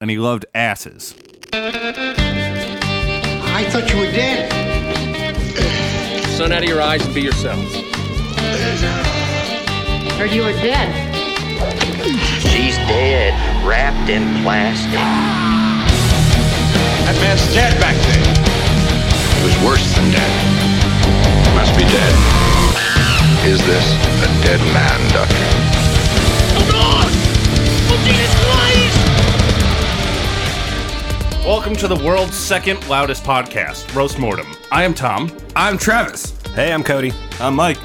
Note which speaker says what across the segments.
Speaker 1: and he loved asses.
Speaker 2: I thought you were dead.
Speaker 3: Sun out of your eyes and be yourselves.
Speaker 4: Heard you were dead.
Speaker 5: She's dead, wrapped in plastic.
Speaker 6: That man's dead back there.
Speaker 7: It was worse than dead. Must be dead. Is this a dead man, Doctor?
Speaker 1: Welcome to the world's second loudest podcast, Roast Mortem. I am Tom.
Speaker 8: I'm Travis.
Speaker 9: Hey, I'm Cody.
Speaker 8: I'm Mike.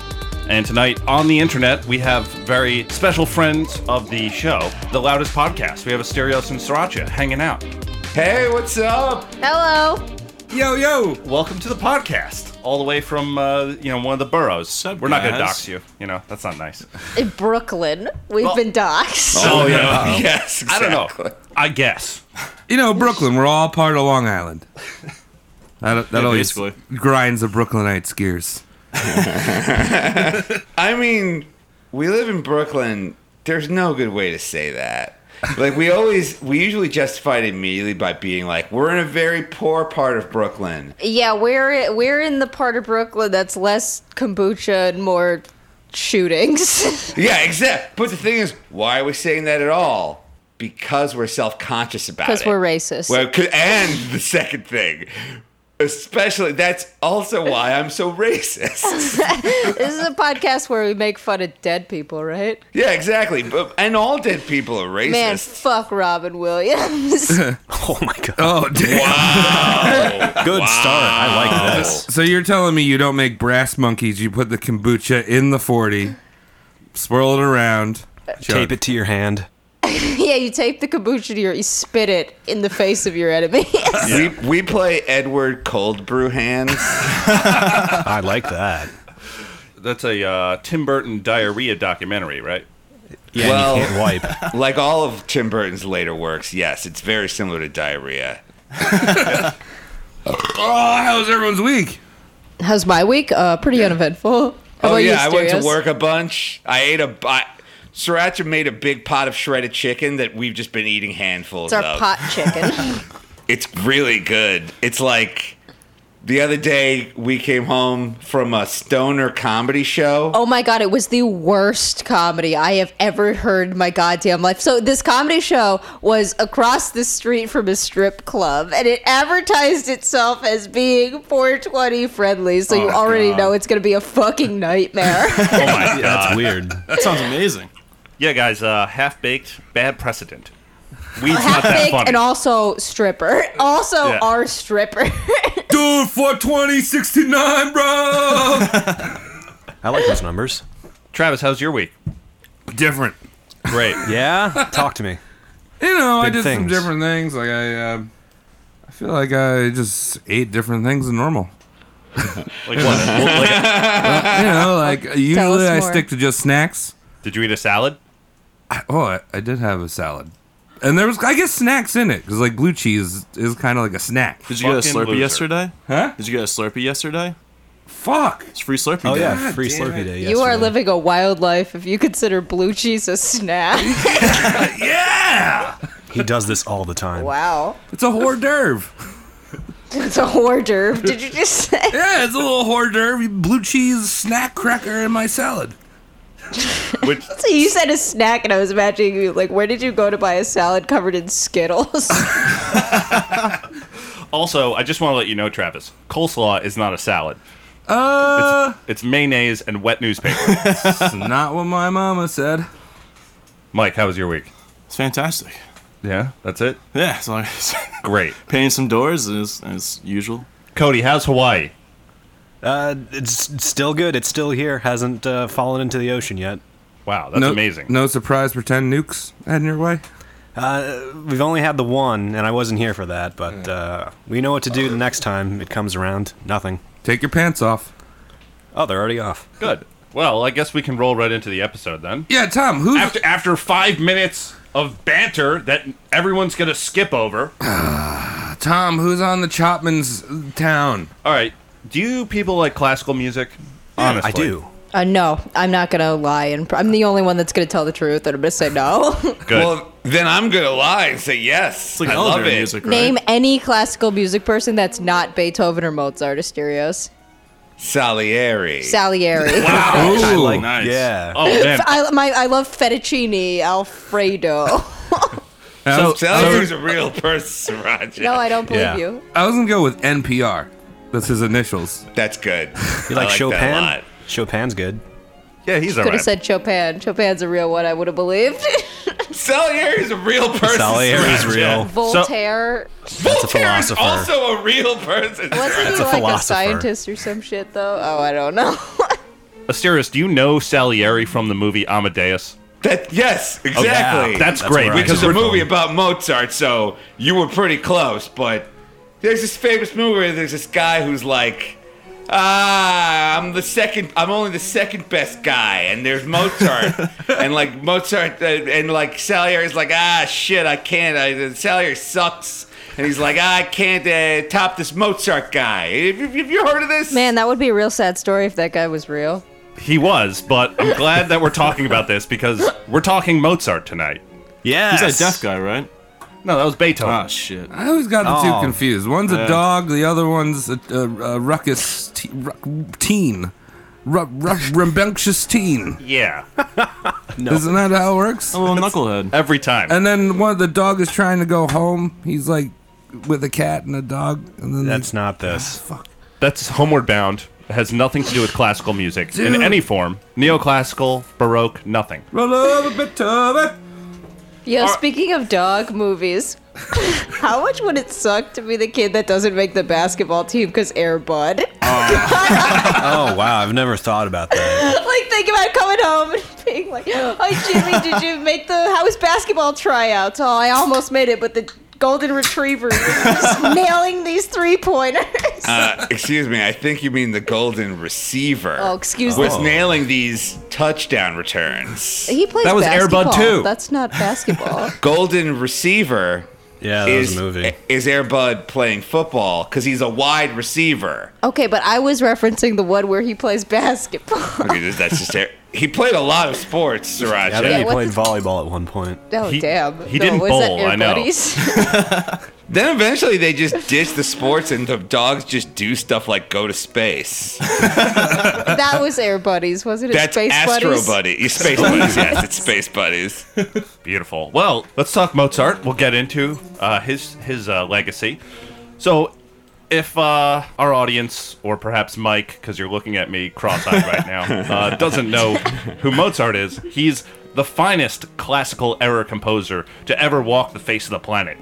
Speaker 1: And tonight on the internet, we have very special friends of the show, the loudest podcast. We have Asterios and Sriracha hanging out.
Speaker 8: Hey, what's up?
Speaker 4: Hello.
Speaker 8: Yo, yo.
Speaker 1: Welcome to the podcast, all the way from uh, you know one of the boroughs.
Speaker 8: Sup,
Speaker 1: We're not going to
Speaker 8: guys?
Speaker 1: dox you. You know that's not nice.
Speaker 4: In Brooklyn, we've been doxxed.
Speaker 1: Oh, yeah.
Speaker 8: Yes,
Speaker 1: I don't know. I guess.
Speaker 10: You know, Brooklyn, we're all part of Long Island. That, that always
Speaker 8: basically.
Speaker 10: grinds the Brooklynite's gears.
Speaker 11: I mean, we live in Brooklyn. There's no good way to say that. Like we always, we usually justify it immediately by being like, we're in a very poor part of Brooklyn.
Speaker 4: Yeah, we're we're in the part of Brooklyn that's less kombucha and more shootings.
Speaker 11: Yeah, except. But the thing is, why are we saying that at all? Because we're self-conscious about it.
Speaker 4: Because we're racist.
Speaker 11: Well, c- and the second thing, especially that's also why I'm so racist.
Speaker 4: this is a podcast where we make fun of dead people, right?
Speaker 11: yeah, exactly. But, and all dead people are racist.
Speaker 4: Man, fuck Robin Williams.
Speaker 9: Oh my god.
Speaker 10: Oh, damn.
Speaker 9: Good start. I like this.
Speaker 10: So you're telling me you don't make brass monkeys? You put the kombucha in the forty, swirl it around.
Speaker 9: Tape it to your hand.
Speaker 4: yeah, you tape the kombucha to your, you spit it in the face of your enemy.
Speaker 11: We we play Edward Cold Brew Hands.
Speaker 9: I like that.
Speaker 1: That's a uh, Tim Burton diarrhea documentary, right?
Speaker 9: Yeah,
Speaker 11: Well-
Speaker 9: and you can't wipe.
Speaker 11: Like all of Tim Burton's later works, yes, it's very similar to diarrhea.
Speaker 10: Oh, how's everyone's week?
Speaker 4: How's my week? Uh, pretty uneventful. How
Speaker 11: Oh
Speaker 4: about you,
Speaker 11: yeah, I went to
Speaker 4: Asterios?
Speaker 11: work a bunch. I ate a. I, Sriracha made a big pot of shredded chicken that we've just been eating handfuls
Speaker 4: It's our
Speaker 11: of.
Speaker 4: pot chicken.
Speaker 11: It's really good. It's like the other day we came home from a stoner comedy show.
Speaker 4: Oh my god, it was the worst comedy I have ever heard in my goddamn life. So this comedy show was across the street from a strip club and it advertised itself as being 420 friendly. So you already know it's going to be a fucking nightmare.
Speaker 1: Oh my god.
Speaker 9: That's weird.
Speaker 8: That sounds amazing.
Speaker 1: Yeah, guys. Uh, half baked, bad precedent. Weed's not that
Speaker 4: Half-baked
Speaker 1: funny.
Speaker 4: and also stripper. Also
Speaker 1: Yeah.
Speaker 4: our stripper.
Speaker 10: Dude, 420, 69, bro.
Speaker 9: I like those numbers.
Speaker 1: Travis, how's your week?
Speaker 10: different.
Speaker 1: Great.
Speaker 9: Yeah? Talk to me.
Speaker 10: You know, I
Speaker 9: Big
Speaker 10: did some
Speaker 9: things.
Speaker 10: different things. Like I, uh, I feel like I just ate different things than normal.
Speaker 1: Like what? Well, like,
Speaker 10: you know, like usually
Speaker 4: us
Speaker 10: I
Speaker 4: more.
Speaker 10: stick to just snacks.
Speaker 1: did you eat a salad?
Speaker 10: Oh, I, I did have a salad. And there was, I guess, snacks in it because like blue cheese is kind of like a snack.
Speaker 8: Did you get a
Speaker 1: Fucking
Speaker 8: Slurpee
Speaker 1: loser.
Speaker 8: yesterday?
Speaker 10: Huh?
Speaker 8: Did you get a Slurpee yesterday?
Speaker 10: Fuck.
Speaker 8: It's free Slurpee.
Speaker 9: Oh,
Speaker 8: day.
Speaker 9: yeah. Free
Speaker 10: damn
Speaker 9: Slurpee
Speaker 10: it.
Speaker 9: Day.
Speaker 4: you are
Speaker 9: yesterday.
Speaker 4: living a wild life if you consider blue cheese a snack.
Speaker 9: He does this all the time.
Speaker 4: wow.
Speaker 10: It's a hors d'oeuvre.
Speaker 4: It's a hors d'oeuvre. Did you just say?
Speaker 10: Yeah, it's a little hors d'oeuvre. Blue cheese snack cracker in my salad.
Speaker 1: Which
Speaker 4: So you said a snack, and I was imagining you like, where did you go to buy a salad covered in Skittles?
Speaker 1: also, I just want to let you know, Travis, coleslaw is not a salad.
Speaker 10: Uh,
Speaker 1: It's mayonnaise and wet newspaper.
Speaker 10: it's not what my mama said.
Speaker 1: Mike, how was your week?
Speaker 8: It's fantastic.
Speaker 1: Yeah, that's it.
Speaker 8: Yeah, so I
Speaker 1: Great.
Speaker 8: painting some doors as, as usual.
Speaker 1: Cody, how's Hawaii?
Speaker 9: Uh, it's it's still good. It's still here. Hasn't uh, fallen into the ocean yet.
Speaker 1: Wow, that's
Speaker 10: no,
Speaker 1: amazing.
Speaker 10: No surprise, pretend nukes heading your way.
Speaker 9: We've only had the one, and I wasn't here for that, but uh, we know what to do the next time it comes around. Nothing.
Speaker 10: Take your pants off.
Speaker 9: Oh, they're already off.
Speaker 1: Good. Well, I guess we can roll right into the episode then.
Speaker 10: Yeah, Tom. Who's
Speaker 1: After after five minutes of banter that everyone's gonna skip over.
Speaker 10: Tom? Who's on the Chopman's town?
Speaker 1: All right. Do you people like classical music? Honestly,
Speaker 9: I do.
Speaker 4: Uh, no, I'm not gonna lie, and pr- I'm the only one that's gonna tell the truth, and I'm gonna say no.
Speaker 11: Well, then I'm gonna lie and say yes.
Speaker 8: like
Speaker 11: I love
Speaker 8: elevator
Speaker 11: it.
Speaker 8: music,
Speaker 4: Name any classical music person that's not Beethoven or Mozart or Asterios.
Speaker 11: Salieri.
Speaker 4: Salieri.
Speaker 9: Oh,
Speaker 11: Wow.
Speaker 8: Ooh, like, nice. Yeah.
Speaker 11: Oh, man.
Speaker 4: I, my, I love fettuccine Alfredo.
Speaker 11: So,
Speaker 10: So-
Speaker 11: Salieri's a real person, Roger.
Speaker 4: no, I don't believe you.
Speaker 10: I was gonna go with NPR. That's his initials.
Speaker 11: That's good.
Speaker 9: You
Speaker 11: I
Speaker 9: like,
Speaker 11: like
Speaker 9: Chopin?
Speaker 11: that a lot.
Speaker 9: Chopin's good.
Speaker 1: Yeah, he's all
Speaker 4: Could have
Speaker 1: right.
Speaker 4: said Chopin. Chopin's a real one. I would have believed.
Speaker 11: Salieri's Oh, a real person.
Speaker 9: Salieri's
Speaker 11: Sriracha.
Speaker 9: real.
Speaker 4: Voltaire.
Speaker 9: That's a
Speaker 11: Voltaire is
Speaker 9: philosopher.
Speaker 11: also a real person.
Speaker 4: Wasn't he
Speaker 9: a
Speaker 4: like a
Speaker 9: philosopher.
Speaker 4: scientist or some shit though? Oh, I don't know.
Speaker 1: Asterius, do you know Salieri from the movie Amadeus?
Speaker 11: That yes, exactly.
Speaker 1: That's, great.
Speaker 9: where I
Speaker 11: which
Speaker 1: Because
Speaker 11: is a
Speaker 1: we're-
Speaker 11: Oh, movie about Mozart, so you were pretty close. But there's this famous movie where there's this guy who's like, ah, I'm the second, I'm only the second best guy, and there's Mozart, and like Mozart, uh, and like Salieri's like, ah, shit, I can't, I, uh, Salieri sucks. And he's like, "Ah, I can't uh, top this Mozart guy. Have you, have you heard of this?
Speaker 4: Man, that would be a real sad story if that guy was real.
Speaker 1: he was, but I'm glad that we're talking about this because we're talking Mozart tonight.
Speaker 9: Yeah.
Speaker 8: He's a deaf guy, right?
Speaker 1: No, that was Beethoven.
Speaker 8: Oh shit.
Speaker 10: I always got the two
Speaker 9: Oh.
Speaker 10: confused. One's a
Speaker 8: Yeah.
Speaker 10: dog, the other one's a, a, a ruckus te- ruck, teen. Ru- ru- rambunctious teen.
Speaker 1: yeah,
Speaker 10: Isn't that how it works?
Speaker 9: Oh,
Speaker 8: A little knucklehead.
Speaker 1: every time.
Speaker 10: And then one of the dog is trying to go home. He's like with a cat and a dog. And then
Speaker 9: That's not this.
Speaker 1: That's Homeward Bound. It has nothing to do with classical music in
Speaker 10: Dude.
Speaker 1: any form. Neoclassical, Baroque, nothing.
Speaker 10: they, roll over Beethoven.
Speaker 4: Yo, speaking of dog movies, how much would it suck to be the kid that doesn't make the basketball team because Air Bud?
Speaker 9: Oh wow, I've never thought about that.
Speaker 4: like, think about coming home and being like, "Oh, Jimmy, did you make the house basketball tryouts? Oh, I almost made it, but the golden retriever was just nailing these three pointers."
Speaker 11: Uh, excuse me, I think you mean the golden receiver.
Speaker 4: Oh, excuse
Speaker 11: was
Speaker 4: me.
Speaker 11: nailing these touchdown returns.
Speaker 4: he plays
Speaker 1: that was Air Bud
Speaker 4: basketball.
Speaker 1: too.
Speaker 4: That's not basketball.
Speaker 11: Golden receiver
Speaker 9: Yeah, that
Speaker 11: is
Speaker 9: was a movie.
Speaker 11: is Air Bud playing football because he's a wide receiver.
Speaker 4: okay, but I was referencing the one where he plays basketball.
Speaker 11: Okay, this- that's just Air- he played a lot of sports, Sriracha.
Speaker 9: I think he
Speaker 4: what
Speaker 9: played
Speaker 4: the-
Speaker 9: volleyball at one point.
Speaker 4: Oh
Speaker 1: He-
Speaker 4: damn!
Speaker 1: he didn't
Speaker 4: was that
Speaker 1: bowl,
Speaker 4: Air
Speaker 1: I know.
Speaker 4: Buddies?
Speaker 11: Then eventually they just ditch the sports and the dogs just do stuff like go to space.
Speaker 4: that was Air Buddies, wasn't it?
Speaker 11: That's
Speaker 4: Space
Speaker 11: Astro
Speaker 4: Buddies.
Speaker 11: Buddy. Yeah, Space Buddies, yes, it's Space Buddies.
Speaker 1: Beautiful. Well, let's talk Mozart. We'll get into uh, his his uh, legacy. So, if uh, our audience, or perhaps Mike, because you're looking at me cross-eyed right now, uh, doesn't know who Mozart is, he's the finest classical era composer to ever walk the face of the planet.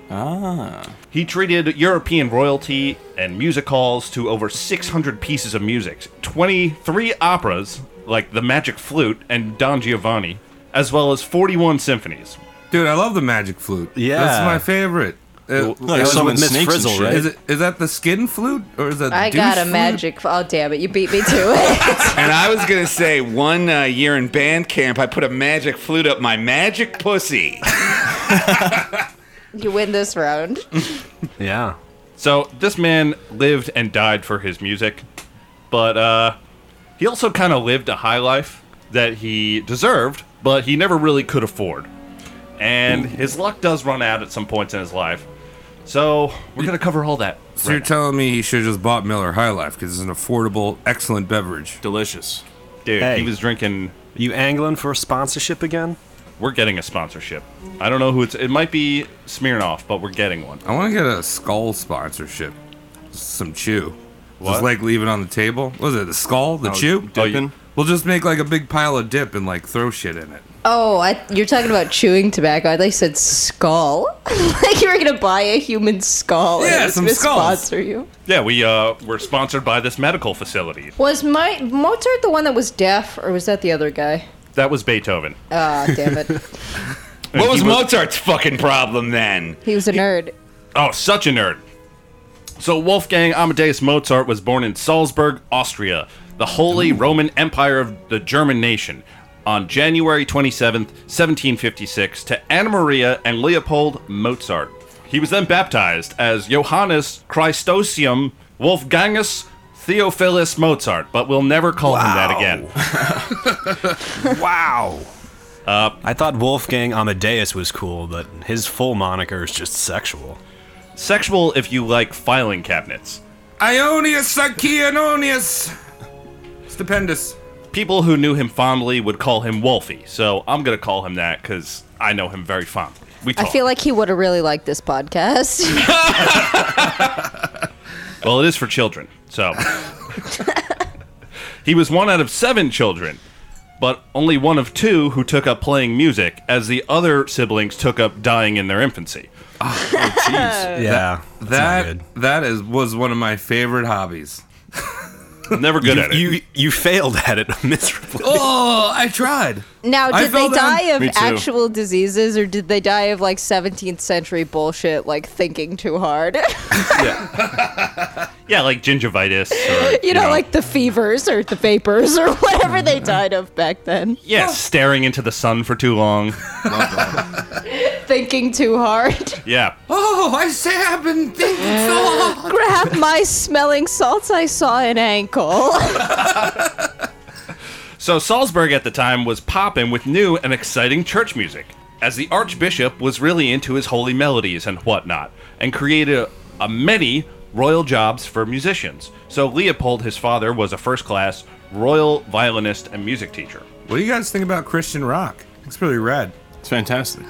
Speaker 1: He treated European royalty and music halls to over 600 pieces of music, 23 operas like The Magic Flute and Don Giovanni, as well as 41 symphonies.
Speaker 10: Dude, I love the magic flute.
Speaker 9: Yeah.
Speaker 10: That's my favorite. Uh,
Speaker 8: Like
Speaker 9: was
Speaker 8: someone
Speaker 9: with Miss
Speaker 8: snakes and
Speaker 9: Frizzle,
Speaker 8: shit.
Speaker 9: right?
Speaker 10: is, it, is that the skin flute or is that? the
Speaker 4: I
Speaker 10: douche
Speaker 4: got a
Speaker 10: flute?
Speaker 4: magic. Oh damn it! You beat me to it.
Speaker 11: And I was gonna say, one uh, year in band camp, I put a magic flute up my magic pussy.
Speaker 4: you win this round.
Speaker 9: Yeah.
Speaker 1: So this man lived and died for his music, but uh, he also kind of lived a high life that he deserved, but he never really could afford. And his luck does run out at some points in his life. So we're gonna cover all that.
Speaker 10: So you're telling me he should have just bought Miller High Life because it's an affordable, excellent beverage.
Speaker 8: Delicious.
Speaker 1: Dude,
Speaker 9: Hey.
Speaker 1: he was drinking
Speaker 9: You angling for a sponsorship again?
Speaker 1: We're getting a sponsorship. I don't know who it's. It might be Smirnoff, but we're getting one.
Speaker 10: I want to get a skull sponsorship. Some chew.
Speaker 1: What?
Speaker 10: Just like leave it on the table. What is it the skull? The chew?
Speaker 1: Oh, you-
Speaker 8: Dipping.
Speaker 10: We'll just make like a big pile of dip and like throw shit in it.
Speaker 4: Oh, I, you're talking about chewing tobacco. I thought you said skull. like you were gonna buy a human skull. and
Speaker 10: Yeah,
Speaker 4: it was
Speaker 10: some
Speaker 4: gonna
Speaker 10: skulls.
Speaker 4: Sponsor you.
Speaker 1: Yeah, we uh, we're sponsored by this medical facility.
Speaker 4: Was my Mozart the one that was deaf, or was that the other guy?
Speaker 1: That was Beethoven.
Speaker 4: Ah, damn it!
Speaker 11: What was Mozart's fucking problem then?
Speaker 4: He was a nerd.
Speaker 1: Oh, such a nerd. So Wolfgang Amadeus Mozart was born in Salzburg, Austria, the Holy Roman Empire of the German nation, on January 27th, 1756, to Anna Maria and Leopold Mozart. He was then baptized as Johannes Christosium Wolfgangus Theophilus Mozart, but we'll never call him that again.
Speaker 9: wow.
Speaker 1: Uh,
Speaker 9: I thought Wolfgang Amadeus was cool, but his full moniker is just sexual.
Speaker 1: Sexual if you like filing cabinets.
Speaker 10: Ionius Achaeonius. Stupendous.
Speaker 1: People who knew him fondly would call him Wolfie, so I'm gonna call him that because I know him very fondly. We
Speaker 4: I
Speaker 1: talk.
Speaker 4: feel like he would have really liked this podcast.
Speaker 1: well, it is for children, so he was one out of seven children, but only one of two who took up playing music, as the other siblings took up dying in their infancy.
Speaker 9: Yeah,
Speaker 10: That that is was one of my favorite hobbies.
Speaker 1: Never good
Speaker 9: you,
Speaker 1: at it.
Speaker 9: You you failed at it miserably.
Speaker 10: Oh, I tried.
Speaker 4: now,
Speaker 10: I
Speaker 4: did they
Speaker 10: fell down-
Speaker 4: die
Speaker 9: Me
Speaker 4: of
Speaker 9: too.
Speaker 4: actual diseases or did they die of like 17th century bullshit, like thinking too hard?
Speaker 1: yeah, like gingivitis. Or,
Speaker 4: you know, like the fevers or the vapors or whatever they died of back then.
Speaker 1: yeah, staring into the sun for too long.
Speaker 4: Thinking too hard.
Speaker 1: Yeah.
Speaker 10: Oh, I say I've been thinking so hard.
Speaker 4: Grab my smelling salts. I saw an ankle.
Speaker 1: So Salzburg at the time was popping with new and exciting church music, as the archbishop was really into his holy melodies and whatnot, and created a, a many royal jobs for musicians. So Leopold, his father, was a first-class royal violinist and music teacher.
Speaker 10: What do you guys think about Christian rock? It's really rad.
Speaker 8: It's fantastic.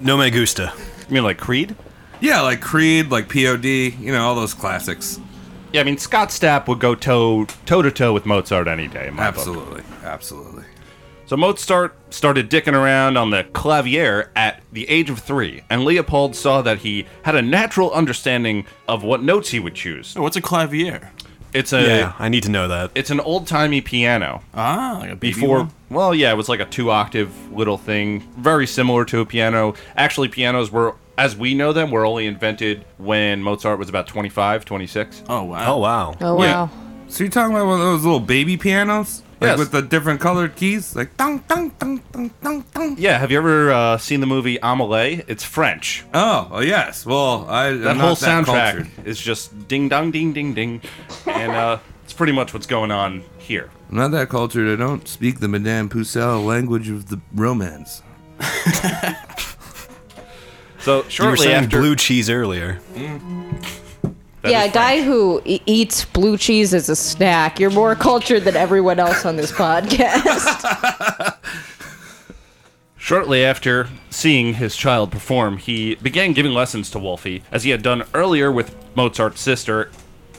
Speaker 9: no me gusta.
Speaker 1: You mean like Creed?
Speaker 10: Yeah, like Creed, like POD, you know, all those classics.
Speaker 1: Yeah, I mean Scott Stapp would go toe toe to toe with Mozart any day. In my book.
Speaker 10: Absolutely. Absolutely.
Speaker 1: So Mozart started dicking around on the clavier at the age of three, and Leopold saw that he had a natural understanding of what notes he would choose.
Speaker 8: Oh, what's a clavier?
Speaker 1: It's a
Speaker 9: yeah, I need to know that.
Speaker 1: it's an old timey piano.
Speaker 8: Ah, like a baby
Speaker 1: Before,
Speaker 8: one?
Speaker 1: well, yeah, it was like a two octave little thing, very similar to a piano. Actually, pianos were, as we know them, were only invented when Mozart was about 25, 26.
Speaker 8: Oh wow.
Speaker 9: Oh wow.
Speaker 4: Oh,
Speaker 1: Yeah.
Speaker 4: wow.
Speaker 10: So you're talking about one of those little baby pianos? Like
Speaker 1: Yes.
Speaker 10: with the different colored keys? Like dong dong dong dong dong dong.
Speaker 1: Yeah, have you ever uh, seen the movie Amelie? It's French.
Speaker 10: Oh, oh, yes. Well, I I'm
Speaker 1: that
Speaker 10: not
Speaker 1: whole
Speaker 10: that
Speaker 1: soundtrack
Speaker 10: cultured.
Speaker 1: is just ding dong ding ding ding and uh it's pretty much what's going on here
Speaker 10: I'm not that cultured. I don't speak the Madame Pucelle language of the Romance.
Speaker 1: so
Speaker 9: You were
Speaker 1: shortly
Speaker 9: saying
Speaker 1: after
Speaker 9: blue cheese earlier.
Speaker 1: that
Speaker 4: yeah,
Speaker 1: is
Speaker 4: a guy who e- eats blue cheese as a snack. You're more cultured than everyone else on this podcast.
Speaker 1: Shortly after seeing his child perform, he began giving lessons to Wolfie, as he had done earlier with Mozart's sister,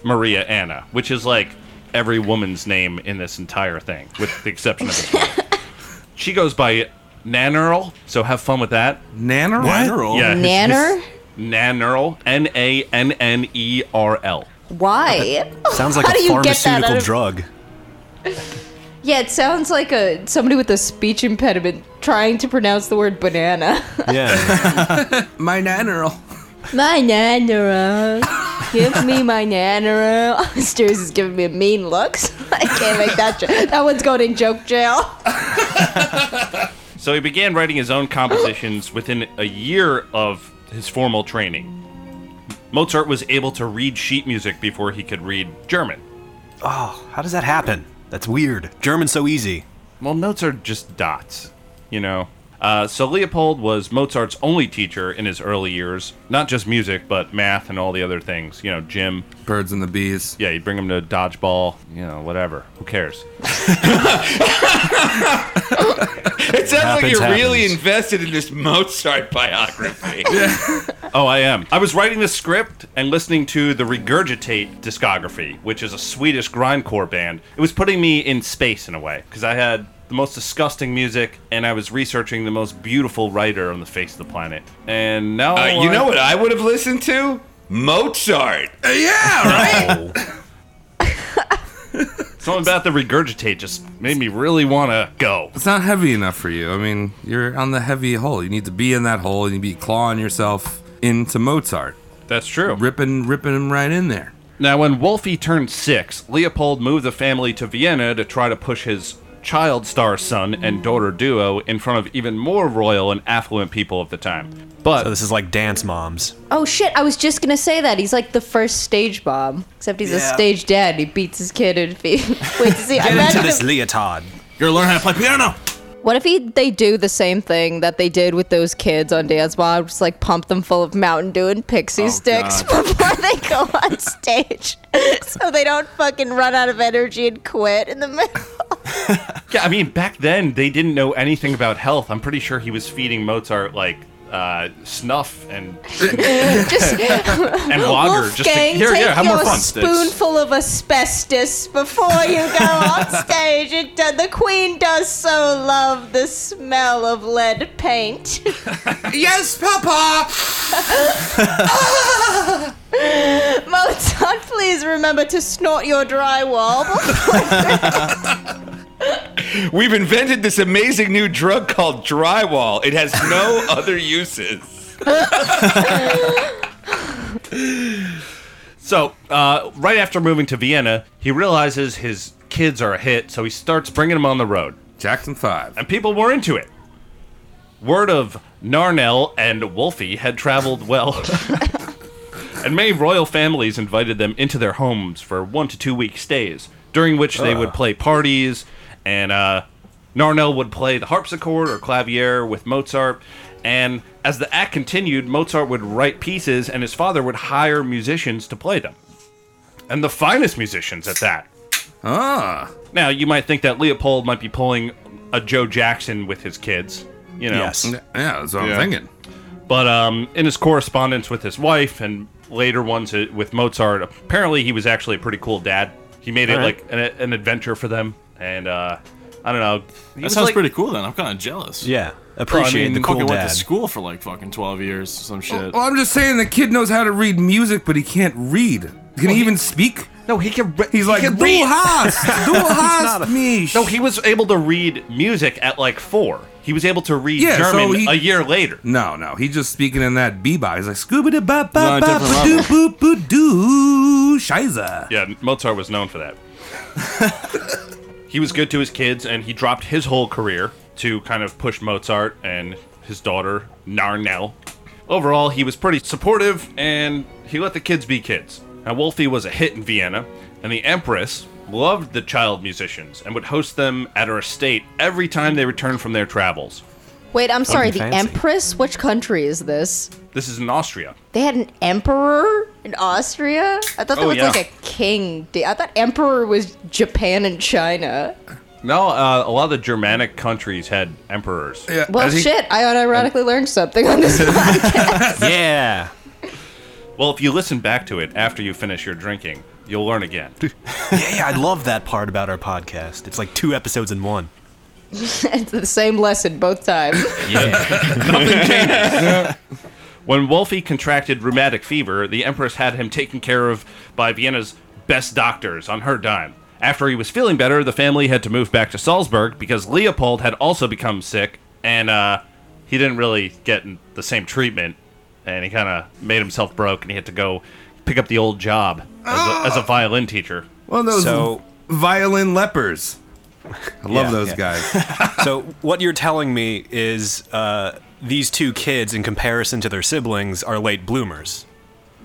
Speaker 1: Maria Anna, which is like every woman's name in this entire thing, with the exception of his wife. She goes by Nannerl, so have fun with that.
Speaker 10: Nanner?
Speaker 8: What?
Speaker 1: Yeah, his-
Speaker 4: Nanner?
Speaker 1: Nannerl, N A N N E R L.
Speaker 4: Why?
Speaker 9: Sounds like
Speaker 4: How do
Speaker 9: a
Speaker 4: you get that out
Speaker 9: pharmaceutical
Speaker 4: of-
Speaker 9: drug.
Speaker 4: Yeah, it sounds like a somebody with a speech impediment trying to pronounce the word banana.
Speaker 9: Yeah.
Speaker 10: My Nanner.
Speaker 4: my nanero. Give me my nanero. Steers is giving me a mean looks. I can't make that joke. That one's going in joke jail.
Speaker 1: So he began writing his own compositions within a year of his formal training. Mozart was able to read sheet music before he could read German.
Speaker 9: oh, how does that happen? That's weird. German's so easy.
Speaker 1: Well, notes are just dots, you know. Uh, so Leopold was Mozart's only teacher in his early years, not just music, but math and all the other things. You know, gym.
Speaker 10: Birds and the bees.
Speaker 1: Yeah, you bring him to dodgeball. You know, whatever. Who cares?
Speaker 11: It sounds like
Speaker 9: Happens,
Speaker 11: you're really
Speaker 9: happens.
Speaker 11: invested in this Mozart biography.
Speaker 1: Oh, I am. I was writing the script and listening to the Regurgitate discography, which is a Swedish grindcore band. It was putting me in space in a way because I had the most disgusting music and I was researching the most beautiful writer on the face of the planet. And now,
Speaker 11: Uh, you
Speaker 1: I-
Speaker 11: know what I would have listened to? Mozart.
Speaker 10: Yeah, right?
Speaker 1: Something about the regurgitate just made me really want to go.
Speaker 10: it's not heavy enough for you. I mean, you're on the heavy hole. You need to be in that hole. You need to be clawing yourself into Mozart,
Speaker 1: That's true.
Speaker 10: ripping, ripping him right in there.
Speaker 1: Now, when Wolfie turned six, Leopold moved the family to Vienna to try to push his child star son and daughter duo in front of even more royal and affluent people of the time. But
Speaker 9: so Oh, this is like dance moms.
Speaker 4: Oh shit, I was just gonna say that. He's like the first stage bomb. Except he's a
Speaker 9: Yeah.
Speaker 4: stage dad. He beats his kid and he wait to see
Speaker 9: Get
Speaker 4: imagine
Speaker 9: into
Speaker 4: if-
Speaker 9: this leotard. You're learn how to play piano.
Speaker 4: What if he, they do the same thing that they did with those kids on Dance Mob, just like pump them full of Mountain Dew and pixie
Speaker 9: Oh,
Speaker 4: sticks
Speaker 12: God.
Speaker 4: before they go on stage, so they don't fucking run out of energy and quit in the middle.
Speaker 1: Yeah, I mean, back then they didn't know anything about health. I'm pretty sure he was feeding Mozart like uh, snuff and
Speaker 4: just
Speaker 1: and lager. Just to,
Speaker 4: Wolfgang,
Speaker 1: here,
Speaker 4: take
Speaker 1: here, have
Speaker 4: your
Speaker 1: more fun.
Speaker 4: spoonful of asbestos before you go on stage. It, do- the Queen does so love the smell of lead paint.
Speaker 10: yes, Papa.
Speaker 4: Mozart, please remember to snort your drywall.
Speaker 11: We've invented this amazing new drug called drywall. It has no other uses.
Speaker 1: So, uh, right after moving to Vienna, he realizes his kids are a hit, so he starts bringing them on the road.
Speaker 10: Jackson 5.
Speaker 1: And people were into it. Word of Narnell and Wolfie had traveled well. and many royal families invited them into their homes for one to two week stays, during which they would
Speaker 10: Ugh.
Speaker 1: play parties, and uh, Narnell would play the harpsichord or clavier with Mozart. And as the act continued, Mozart would write pieces, and his father would hire musicians to play them. And the finest musicians at that.
Speaker 10: Ah.
Speaker 1: Now, you might think that Leopold might be pulling a Joe Jackson with his kids. You know?
Speaker 10: Yes. Yeah, that's what I'm thinking.
Speaker 1: But um, in his correspondence with his wife and later ones uh, with Mozart, apparently he was actually a pretty cool dad. He made it
Speaker 8: All right.
Speaker 1: like an, an adventure for them. And uh, I don't know. He
Speaker 8: That
Speaker 1: was,
Speaker 8: sounds
Speaker 1: like-
Speaker 8: pretty cool. Then I'm kind of jealous.
Speaker 1: Yeah.
Speaker 8: I
Speaker 1: Appreciate
Speaker 8: mean,
Speaker 1: the cool
Speaker 8: fucking went
Speaker 1: dad.
Speaker 8: to school for like fucking 12 years, some shit.
Speaker 10: Well, I'm just saying the kid knows how to read music, but he can't read. Can he even speak?
Speaker 1: No, he can. Re-
Speaker 10: He's like,
Speaker 1: can
Speaker 10: du
Speaker 1: read."
Speaker 10: hast, du hast mich.
Speaker 1: No, he was able to read music at like four. He was able to read
Speaker 10: Yeah, so
Speaker 1: German
Speaker 10: he-
Speaker 1: a year later.
Speaker 10: No, no, he's just speaking in that bebop. He's like scuba da ba
Speaker 1: No,
Speaker 10: ba ba
Speaker 1: different
Speaker 10: ba doo boo boo doo shiza.
Speaker 1: Yeah, Mozart was known for that. he was good to his kids, and he dropped his whole career to kind of push Mozart and his daughter, Narnell. Overall, he was pretty supportive, and he let the kids be kids. Now, Wolfie was a hit in Vienna, and the Empress loved the child musicians and would host them at her estate every time they returned from their travels.
Speaker 4: Wait, I'm sorry. The
Speaker 1: Fucking fancy.
Speaker 4: Empress? Which country is this?
Speaker 1: This is in Austria.
Speaker 4: They had an emperor in Austria. I thought there
Speaker 1: Oh,
Speaker 4: was
Speaker 1: yeah.
Speaker 4: like a king. I thought emperor was Japan and China.
Speaker 1: No, uh, a lot of the Germanic countries had emperors.
Speaker 4: Well, shit. I unironically learned something on this.
Speaker 1: yeah. Well, if you listen back to it after you finish your drinking, you'll learn again.
Speaker 9: yeah, yeah, I love that part about our podcast. It's like two episodes in one.
Speaker 4: it's the same lesson both times.
Speaker 1: when Wolfie contracted rheumatic fever, the Empress had him taken care of by Vienna's best doctors on her dime. After he was feeling better, the family had to move back to Salzburg because Leopold had also become sick, and uh, he didn't really get the same treatment, and he kind of made himself broke, and he had to go pick up the old job as a, as a violin teacher.
Speaker 10: Well, those violin lepers. I love
Speaker 9: Yeah,
Speaker 10: those
Speaker 9: yeah.
Speaker 10: guys.
Speaker 9: so what you're telling me is uh, these two kids, in comparison to their siblings, are late bloomers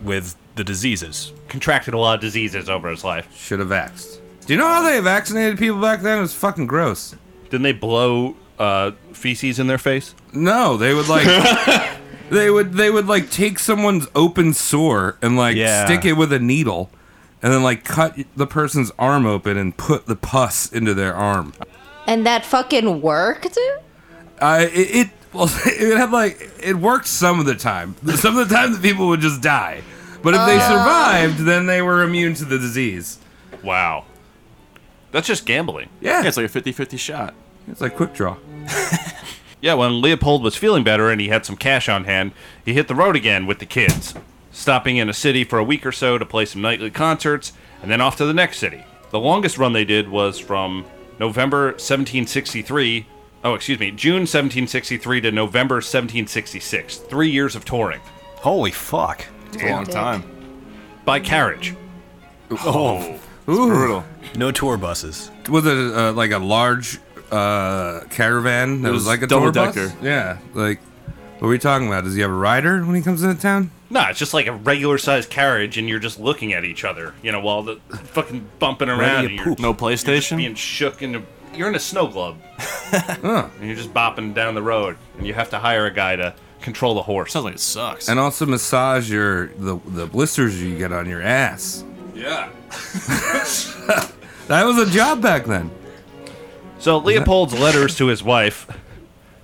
Speaker 9: with the diseases.
Speaker 1: Contracted a lot of diseases over his life.
Speaker 10: Should have vaxxed. Do you know how they vaccinated people back then? It was fucking gross.
Speaker 1: Didn't they blow uh, feces in their face?
Speaker 10: No, they would like they would they would like take someone's open sore and like
Speaker 9: Yeah.
Speaker 10: stick it with a needle and then like cut the person's arm open and put the pus into their arm.
Speaker 4: And that fucking worked?
Speaker 10: Uh, it, it well, it had like it worked some of the time. Some of the time, the people would just die, but if they
Speaker 1: Oh.
Speaker 10: survived, then they were immune to the disease.
Speaker 1: Wow, that's just gambling.
Speaker 10: Yeah,
Speaker 8: it's like a 50 50 shot.
Speaker 10: It's like quick draw.
Speaker 1: Yeah, when Leopold was feeling better and he had some cash on hand, he hit the road again with the kids, stopping in a city for a week or so to play some nightly concerts, and then off to the next city. The longest run they did was from November 1763. Oh, excuse me, June 1763 to November 1766. Three years of touring.
Speaker 9: Holy fuck.
Speaker 8: It's a long time.
Speaker 1: By carriage.
Speaker 9: Oh,
Speaker 10: Ooh.
Speaker 9: No tour buses.
Speaker 10: Was it uh, like a large uh, caravan that
Speaker 8: It
Speaker 10: was,
Speaker 8: was
Speaker 10: like a tour bus?
Speaker 8: double-decker.
Speaker 10: Yeah, like what are we talking about? Does he have a rider when he comes into town?
Speaker 1: Nah, it's just like a regular sized carriage, and you're just looking at each other, you know, while the fucking bumping
Speaker 8: Ready
Speaker 1: around.
Speaker 8: to
Speaker 1: and
Speaker 8: poop.
Speaker 1: you're,
Speaker 8: No
Speaker 1: You're just being shook into. You're in a snow globe, and you're just bopping down the road, and you have to hire a guy to control the horse. Sounds
Speaker 8: like it sucks.
Speaker 10: And also massage your the the blisters you get on your ass.
Speaker 1: Yeah.
Speaker 10: That was a job back then.
Speaker 1: So Leopold's letters to his wife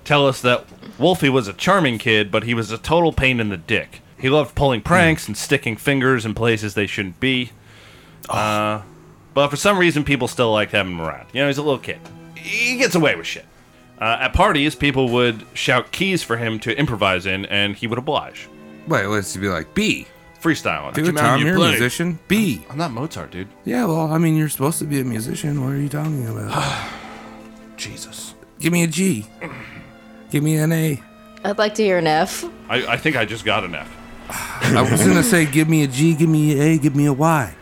Speaker 1: tell us that Wolfie was a charming kid, but he was a total pain in the dick. He loved pulling
Speaker 10: Hmm.
Speaker 1: pranks and sticking fingers in places they shouldn't be.
Speaker 10: Oh.
Speaker 1: Uh, but for some reason, people still liked having him around. You know, he's a little kid. He gets away with shit. Uh, at parties, people would shout keys for him to improvise in, and he would oblige.
Speaker 10: Wait, let's be like B.
Speaker 1: Freestyling.
Speaker 10: Dude, Tom, you're a musician. B.
Speaker 1: I'm not Mozart, dude.
Speaker 10: Yeah, well, I mean, you're supposed to be a musician. What are you talking about?
Speaker 1: Jesus.
Speaker 10: Give me a G. Give me an A.
Speaker 4: I'd like to hear an F.
Speaker 1: I, I think I just got an F.
Speaker 10: I was gonna say, give me a G, give me an A, give me a Y.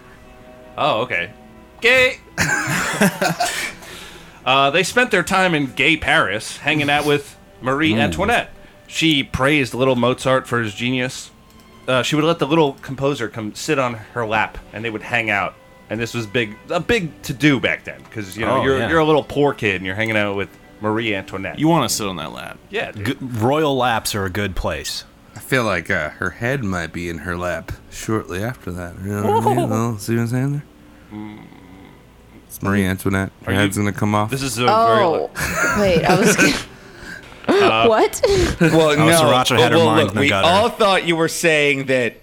Speaker 1: Oh, okay. Gay. uh, they spent their time in gay Paris, hanging out with Marie
Speaker 8: Hmm.
Speaker 1: Antoinette. She praised little Mozart for his genius. Uh, she would let the little composer come sit on her lap, and they would hang out. And this was big, a big to do back then, because you know
Speaker 8: Oh,
Speaker 1: you're
Speaker 8: yeah.
Speaker 1: you're a little poor kid, and you're hanging out with Marie Antoinette.
Speaker 8: You want to sit on that lap.
Speaker 1: Yeah, dude.
Speaker 9: G- royal laps are a good place.
Speaker 10: I feel like uh, her head might be in her lap shortly after that. You know what I mean? Well, see what I'm saying there? It's Marie Antoinette. Her
Speaker 1: Are you-
Speaker 10: head's gonna come off.
Speaker 1: This is a very
Speaker 4: Oh, wait, I was. gonna-
Speaker 11: Uh,
Speaker 4: what?
Speaker 11: Well,
Speaker 9: Oh,
Speaker 11: no.
Speaker 9: Sriracha had her
Speaker 11: well,
Speaker 9: mind
Speaker 11: look,
Speaker 9: in the
Speaker 11: we
Speaker 9: gutter.
Speaker 11: all thought you were saying that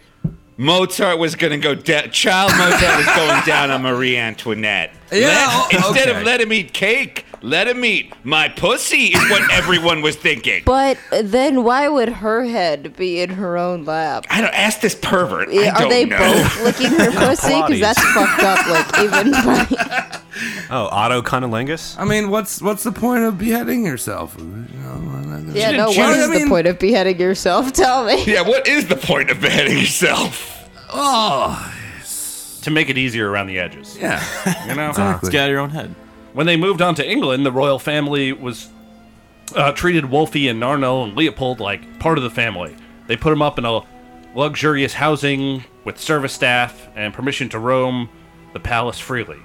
Speaker 11: Mozart was going to go down. Child Mozart was going down on Marie Antoinette.
Speaker 10: Yeah,
Speaker 11: Let-
Speaker 10: oh,
Speaker 11: instead
Speaker 10: okay.
Speaker 11: of let him eat cake, let him eat my pussy is what everyone was thinking.
Speaker 4: But then why would her head be in her own lap?
Speaker 11: I don't ask this pervert. I
Speaker 4: Yeah, Are
Speaker 11: don't
Speaker 4: they
Speaker 11: know.
Speaker 4: both licking her pussy? Because that's fucked up. Like even like,
Speaker 9: Oh, Otto Conolingus?
Speaker 10: I mean, what's what's the point of beheading herself? You know,
Speaker 4: yeah, no.
Speaker 10: You know
Speaker 4: What is
Speaker 10: I mean?
Speaker 4: the point of beheading yourself? Tell me.
Speaker 11: Yeah, what is the point of beheading yourself?
Speaker 10: Oh,
Speaker 1: to make it easier around the edges.
Speaker 10: Yeah.
Speaker 1: you know,
Speaker 10: Exactly. It's got
Speaker 1: your own head. When they moved on to England, the royal family was uh, treated Wolfie and Narno and Leopold like part of the family. They put them up in a luxurious housing with service staff and permission to roam the palace freely.